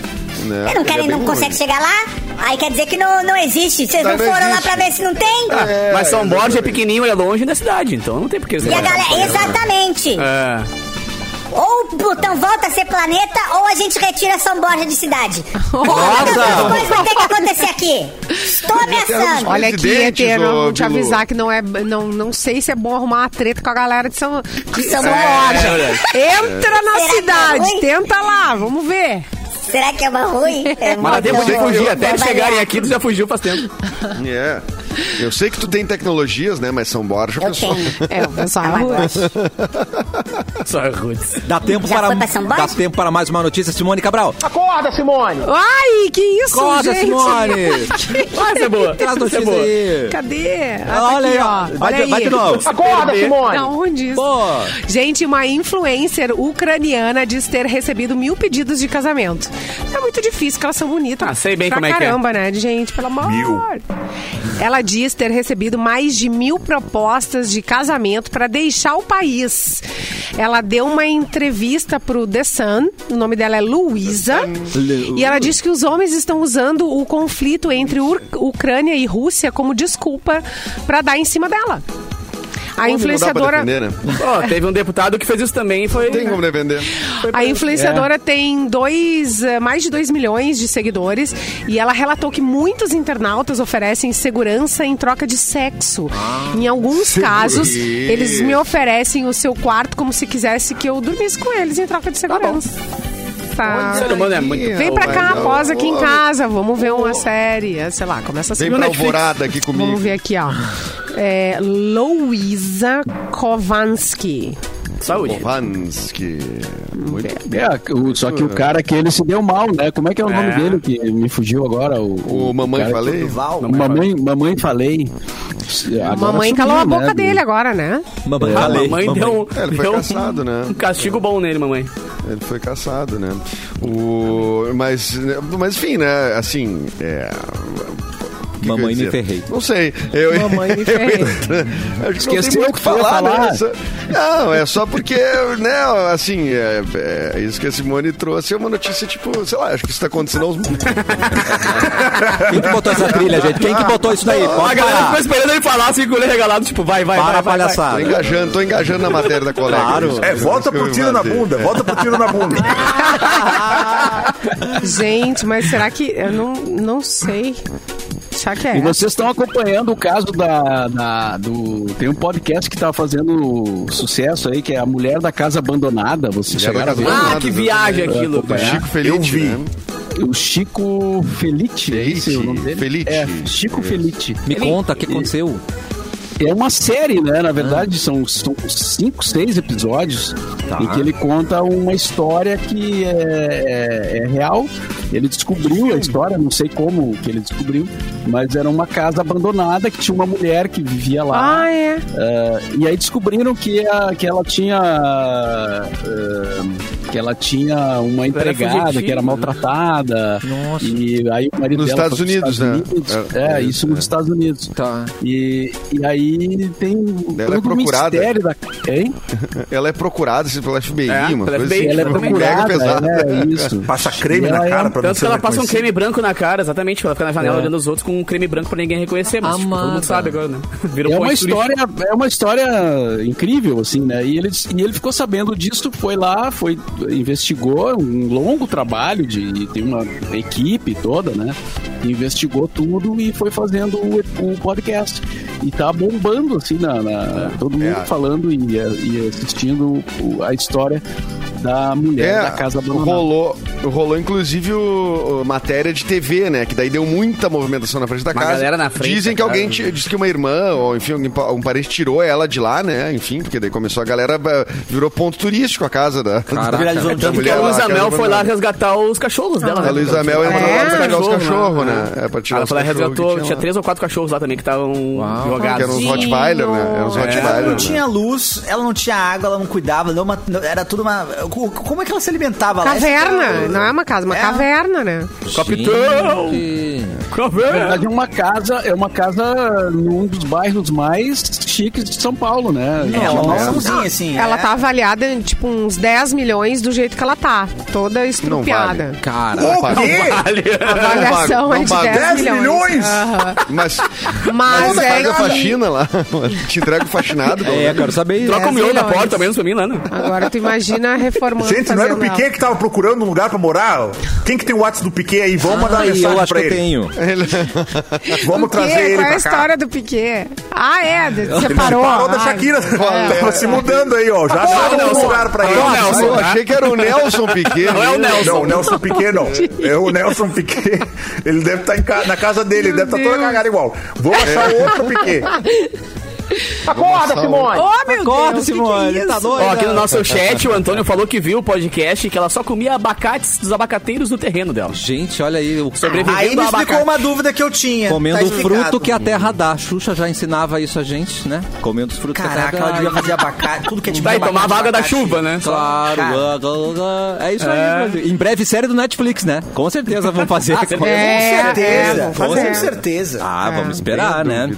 Né?
Eu não quero,
é
e não
bem
consegue
longe.
chegar lá. Aí quer dizer que não, não existe.
Tá,
Vocês
não
não, foram lá
existe.
pra ver se não tem?
É,
Mas São Borges é
exatamente.
pequenininho, é longe da cidade, então não tem porque
E a galera, exatamente.
É.
Ou Plutão volta a ser planeta, ou a gente retira São Borja de cidade. Uma das duas coisas vai ter que acontecer aqui. Estou ameaçando.
Olha aqui,
Presidentes,
hétero,
ô,
eu vou te
Bilu.
avisar que não é. Não, não sei se é bom arrumar uma treta com a galera de São,
É,
de
São
São
Borja.
Borja. Entra na
Será que é ruim?
cidade, tenta lá, vamos ver.
Será que é uma ruim? É uma
Mas deu
boa.
de fugir, até eles
Vou
chegarem
avaliar.
aqui, tu já fugiu faz tempo.
É. Eu sei que tu tem tecnologias, né? Mas São Borja,
Eu
pessoal.
tenho.
É, o pessoal.
Só Roots.
Dá tempo,
Já
para,
foi pra São Borges?
dá tempo para mais uma notícia, Simone Cabral.
Ai, que isso,
Acorda,
gente?
Simone!
Ah, essa é boa.
Traz
Essa é
notícias
boa.
aí.
Cadê? Ah, tá
Olha
aqui,
aí,
ó.
ó. Vai
Olha
de- vai
aí.
de novo.
Da onde isso?
Pô.
Gente, uma influencer ucraniana diz ter recebido mil pedidos de casamento. É muito difícil, porque elas são bonitas.
Ah, sei bem
pra
como é que é.
caramba, né? Gente, pelo amor.
Mil.
Ela diz ter recebido mais de mil propostas de casamento para deixar o país. Ela deu uma entrevista pro The Sun, o nome dela é Luísa, e ela diz que os homens estão usando o conflito entre Ur- Ucrânia e Rússia como desculpa para dar em cima dela. A influenciadora.
Não dá pra defender, né?
Ó, teve um deputado que fez isso também e foi...
Tem como defender.
A
É.
influenciadora tem dois, eh, mais de 2 milhões de seguidores e ela relatou que muitos internautas oferecem segurança em troca de sexo.
Ah,
em alguns casos, eles me oferecem o seu quarto como se quisesse que eu dormisse com eles em troca de segurança. Tá.
O ser humano é muito...
Olha aí,
Vem pra cá,
olha,
após aqui em
olha.
casa, vamos ver uma série, eh, sei lá, começa assim.
Vem
no
pra
Netflix.
alvorada aqui comigo.
Vamos ver aqui, ó. É, Louisa Kovansky.
Saúde.
Kovansky. Muito Ah.
É, o- só que o cara que ele se deu mal, né? Como é que é o nome dele que me fugiu agora? O,
O Mamãe
cara que-
Falei?
O Mamãe, mamãe falei. Agora
Mamãe
sumiu,
calou a
né,
boca
do-
dele agora, né?
Mamãe,
A
falei.
mamãe deu um...
É, ele foi
deu um-
caçado, né?
Um castigo bom nele, mamãe.
Ele foi caçado, né? O... Mas, mas enfim, né? Assim, é... o que
Mamãe
que eu
me
ia dizer?
ferrei.
Não sei. Eu, Mamãe me ferrei. Eu, acho que não tem
Esqueceu
muito o
o
que
que eu ia
falar, né?
falar.
Essa- Não, é só porque, né? Assim, é, é, isso que a Simone trouxe é uma notícia, tipo, sei lá, acho que isso tá acontecendo aos...
Quem que botou essa trilha, gente? Quem que botou isso daí?
A
Pode
galera ficou
parar.
esperando ele falar, assim, com o olho regalado, tipo, vai, vai,
Para a
vai, vai, vai.
Tô
palhaçada.
engajando, tô engajando na matéria da colega.
Claro.
Isso,
É,
isso
volta
que eu
pro
ia
tiro na
fazer.
bunda, volta pro tiro na bunda.
Gente, mas será que. Eu não, não sei. Será que é?
E vocês estão acompanhando o caso da, da- do tem um podcast que tá fazendo sucesso aí que é a mulher da casa abandonada. Vocês
Mulher da
chegaram a ver?
Casa
Ah, que viagem aquilo,
Do
cara.
Chico Feliz,
Eu vi.
né?
O Chico Felite, é esse
Felite,
o nome dele?
Felite.
É, Chico Felite.
Me conta, o que aconteceu?
que é uma série, né? Na verdade, são, são cinco, seis episódios em que ele conta uma história que é, é- é real. Ele descobriu a história, não sei como que ele descobriu, mas era uma casa abandonada que tinha uma mulher que vivia lá.
Ah, é.
Ah, e aí descobriram que, a- que ela tinha ah, que ela tinha uma empregada que
fugitiva,
era
né?
maltratada
Nossa.
e aí o marido
Nos
dela
Estados
foi
Unidos,
pros
né?
Unidos.
É,
É,
é isso,
isso nos
é.
Estados Unidos.
Tá.
E, e aí tem
Ela é
todo o
procurada.
mistério da hein?
Ela é procurada assim, pela FBI,
É,
uma
pela
coisa
FBI,
assim.
Ela é
Também
Mega
procurada,
pesada.
é isso.
Passa creme
E
na
ela é
cara
um
pra não
Tanto
ser
que ela passa um
reconhecida.
creme branco na cara, exatamente, pra ela ficar na
É.
janela olhando os outros com um creme branco pra ninguém reconhecer, mas tipo, todo mundo
Amada.
sabe agora, né? Virou
É
ponto
uma
turístico.
história, é uma história incrível, assim, né? E ele, e ele ficou sabendo disso, foi lá, foi, investigou um longo trabalho de. Tem uma equipe toda, né? Investigou tudo e foi fazendo o, o podcast. E tá bombando, assim, na, na- todo mundo
É.
falando e, e assistindo o- a história
é,
da
É,
mulher da casa abandonada.
rolou, rolou inclusive o, o matéria de TV, né? Que daí deu muita movimentação na frente da
Uma
casa.
galera na frente
Dizem que
da
alguém
casa.
ti- disse que uma irmã, ou enfim, alguém pa- um parente tirou ela de lá, né? Enfim, porque daí começou a galera ba- virou ponto turístico a casa da.
Caraca.
da
Tanto que a
lá,
Luísa
aquela
Mel foi lá
abandonada. É.
resgatar os cachorros dela, né?
Ah, A Luísa Mel entrou lá pra pegar os cachorros, né? É, pra tirar
Ela
os
foi lá e
cachorros que
resgatou,
tinha
tinha
lá.
três ou quatro cachorros lá também que estavam
Que eram
jogados.
os Rottweiler, né?
É.
Eram os
Ela
Rottweiler.
não
né?
tinha luz, ela não tinha água, ela não cuidava, não, ma- não- era tudo uma. co- Como é que ela se alimentava? Ela-
Caverna, não é uma casa, uma
É.
caverna, né?
Capitão!
Na verdade, é uma casa, é uma casa num dos bairros mais chiques de São Paulo, né?
É, ela uma mansãozinha, assim.
Ela
é.
tá avaliada em, tipo, uns 10 milhões do jeito que ela tá. Toda estrupiada.
Cara,
O quê?
A avaliação
Não
é de
paga.
10,
10
milhões.
milhões?
Aham.
Mas, mas,
Mas é
paga a
que-
faxina lá. Te entrega o faxinado. pelo
é,
menos.
quero saber.
Troca o miolo da
milhões.
porta mesmo pra mim lá, né?
Agora tu imagina reformando.
Gente, não era o
fazendo
Piquet que tava procurando um lugar pra morar? Quem que tem o WhatsApp do Piquet aí? Vamos mandar
Ah, eu
mensagem
acho que
pra
eu
ele.
tenho.
Vamos
O quê?
trazer ele
Qual é a
pra cá.
história do Piquet? Ah, é? Você
Ele
parou.
Parou da
Ah,
Shakira. Tava se mudando aí, ó. Já acharam um lugar pra ele.
Ah, eu achei que era o Nelson Piquet.
Não é o Nelson.
Não, o Nelson Piquet não. É o Nelson Piquet. Ele deve estar na casa dele, ele deve estar toda cagada igual. Vou achar outro Piquet.
Acorda, Simone.
Oh, meu
Acorda,
Deus, que que
Simone,
é isso?
tá doido?
Ó, aqui no nosso chat, o Antônio falou que viu o podcast que ela só comia abacates dos abacateiros no terreno dela.
Gente, olha aí. o-
Sobrevivendo
Aí me
ao
explicou
abacate.
uma dúvida que eu tinha.
Comendo o
tá explicado.
fruto que a terra dá. A Xuxa já ensinava isso a gente, né? Comendo os frutos
Caraca,
que a
ela devia
terra dá.
fazer abacate, tudo que é tipo
Daí
de abacate,
tomava água da
abacate.
chuva, né?
Claro,
Cara.
ah, ah, ah. é isso aí. Brasil. Em breve, série do Netflix, né? Com certeza vão fazer.
Ah, certeza.
Com
É,
certeza,
é, vamos
com
fazer.
certeza.
Ah, vamos esperar, né?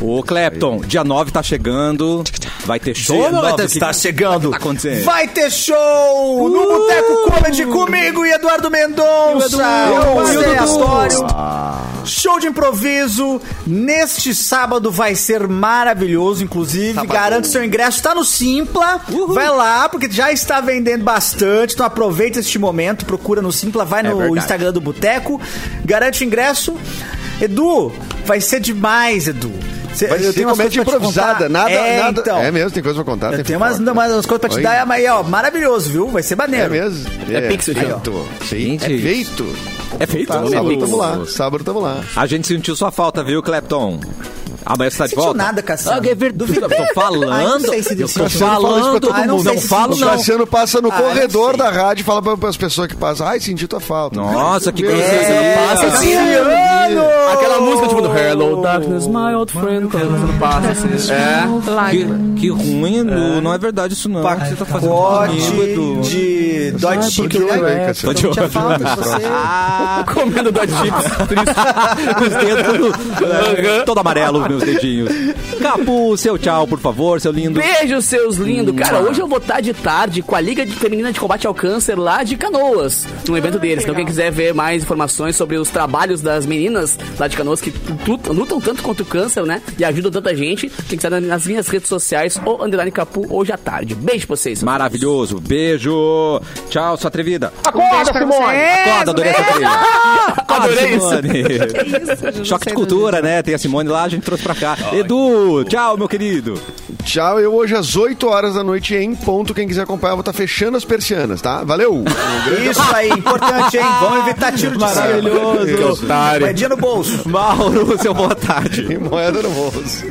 Ô, Clapton, dia 9 tá chegando. Vai ter show? ou não vai ter-
está chegando.
Tá acontecendo.
Vai ter show no Boteco Comedy comigo e Eduardo Mendonça.
E o Dudu.
Zé Astório. Show de improviso. Neste sábado vai ser maravilhoso, inclusive. Garanto seu ingresso. Tá no Simpla. Vai lá, porque já está vendendo bastante. Então aproveita este momento. Procura no Simpla, vai no Instagram do Boteco. Garante o ingresso. Edu, vai ser demais, Edu. Cê-
Vai ser comédia
umas coisas pra te
improvisada,
contar.
nada,
é,
nada.
Então,
É mesmo, tem coisa pra contar.
eu tenho umas,
fofoca.
umas, umas coisas pra te
né? Oi.
dar, mas ó, maravilhoso, viu? Vai ser
É
maneiro.
mesmo?
É pixel,
feito. Sim, é
Gente,
feito.
É feito?
Tá,
Homem
sábado
pixel.
tamo lá. Sábado tamo lá.
A gente sentiu sua falta, viu, Clapton? Amanhã você tá de
Sentiu
volta?
nada, Cassiano.
Ah, é verdade. Eu tô falando.
Ai, não sei se
eu
sentiu.
tô
Eu falo
isso pra
falando.
todo
Ai,
mundo.
Não
Não sei se
falo,
O
sentiu.
não.
Cassiano passa no
Ah,
corredor
eu sei.
da rádio e fala pra- pras pessoas que passam. Ai, senti tua falta.
Nossa, que É.
Meu
coisa.
É.
Deus.
Você não passa.
Cassiano!
Aquela música tipo do Hello Darkness, my old friend, quando você não passa assim. É.
Que, que ruim, Edu. Não é verdade isso, não. O que você
é
tá fazendo comigo, Edu?
Pacote de Dodge Chic,
Tô de olho aí,
né?
Cassiano.
Tô de olho. Ah,
Comendo da chips, triste.
Os dedos tudo, todo amarelo, os meus dedinhos. Capu, seu tchau, por favor, seu lindo.
Beijo, seus lindos. Cara, hoje eu vou estar de tarde com a Liga de Feminina de Combate ao Câncer lá de Canoas, num evento deles. Então, quem quiser ver mais informações sobre os trabalhos das meninas lá de Canoas que lutam, lutam tanto contra o câncer, né? E ajudam tanta gente, tem que estar nas minhas redes sociais ou Underline Capu hoje à tarde. Beijo pra vocês.
Maravilhoso. Beijo. Tchau, sua atrevida.
Um beijo tá pra vocês.
Acorda, Dona Sofia. Claro,
Adorei isso.
Simone.
Ah, isso, Ju,
Choque
não sei
de cultura, né? Tem a Simone lá, a gente trouxe pra cá. Edu, tchau, meu querido.
Tchau, eu hoje às 8 horas da noite em ponto. Quem quiser acompanhar, eu vou estar fechando as persianas, tá? Valeu!
Isso aí, importante, hein? Vamos evitar tiro de
Maravilhoso.
cima.
Que
otário. Moedinha no bolso.
Mauro, seu boa tarde.
Tem moeda no bolso.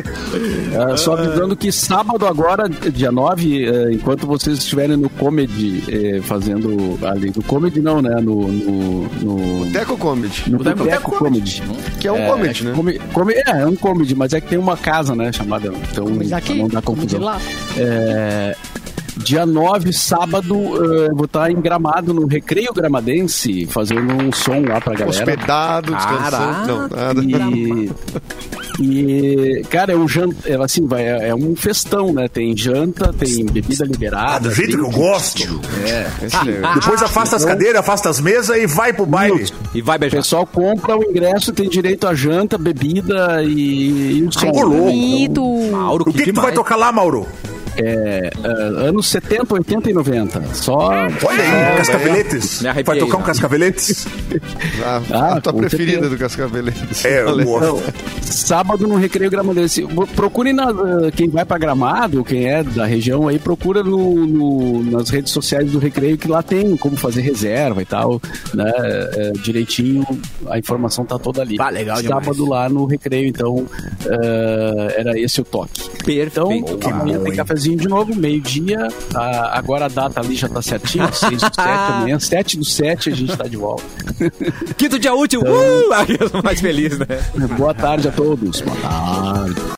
É, só
Ah.
avisando que sábado agora, dia 9, é, enquanto vocês estiverem no Comedy, é, fazendo ali, no Comedy não, né, no... no, no
Teco Comedy,
no
Boteco
Boteco Comedy.
que é um comedy, né?
Come- come- é, é um comedy, mas é que tem uma casa, né, chamada. Então,
daqui,
pra não dá
comedy
confusão.
lá.
É, dia 9, sábado, eh, eu vou estar em Gramado, no Recreio Gramadense, fazendo um som lá pra galera.
Hospedado, descansando. Não, nada.
E, e, cara, é um janta, é, assim, vai, é é um festão, né? Tem janta, tem bebida liberada.
Ah, do jeito que eu gosto.
Esse-
Depois afasta as cadeiras, afasta as mesas e vai pro baile.
E vai
O
beijar.
pessoal compra o ingresso, tem direito a janta, bebida e, e o som. né? Então,
ô, louco.
Bonito.
Mauro,
O que, que tu vai tocar lá, Mauro?
É, ah, anos 70, 80 e 90. Só.
Olha aí, Cascaveletes.
Me arrepiei,
Vai tocar um
né?
Cascaveletes?
A, a tua
com
preferida
certeza.
do Cascaveletes.
É,
Olha.
o...
Sábado no Recreio Gramadense. Vo- Procure na, eh, quem vai pra Gramado, quem é da região aí, procura no, no- nas redes sociais do Recreio, que lá tem como fazer reserva e tal, né? é, direitinho, a informação tá toda ali.
Ah, legal demais.
Sábado lá no Recreio, então, é, era esse o toque. Então,
Perfeito.
amanhã tem cafezinho de novo, meio-dia. a- agora a data ali já tá certinho, 6 do 7 amanhã, 7 do 7 a gente tá de volta.
Então-
Quinto dia útil. Uh! Aqui eu sou mais feliz, né?
Boa tarde a todos. Boa tarde.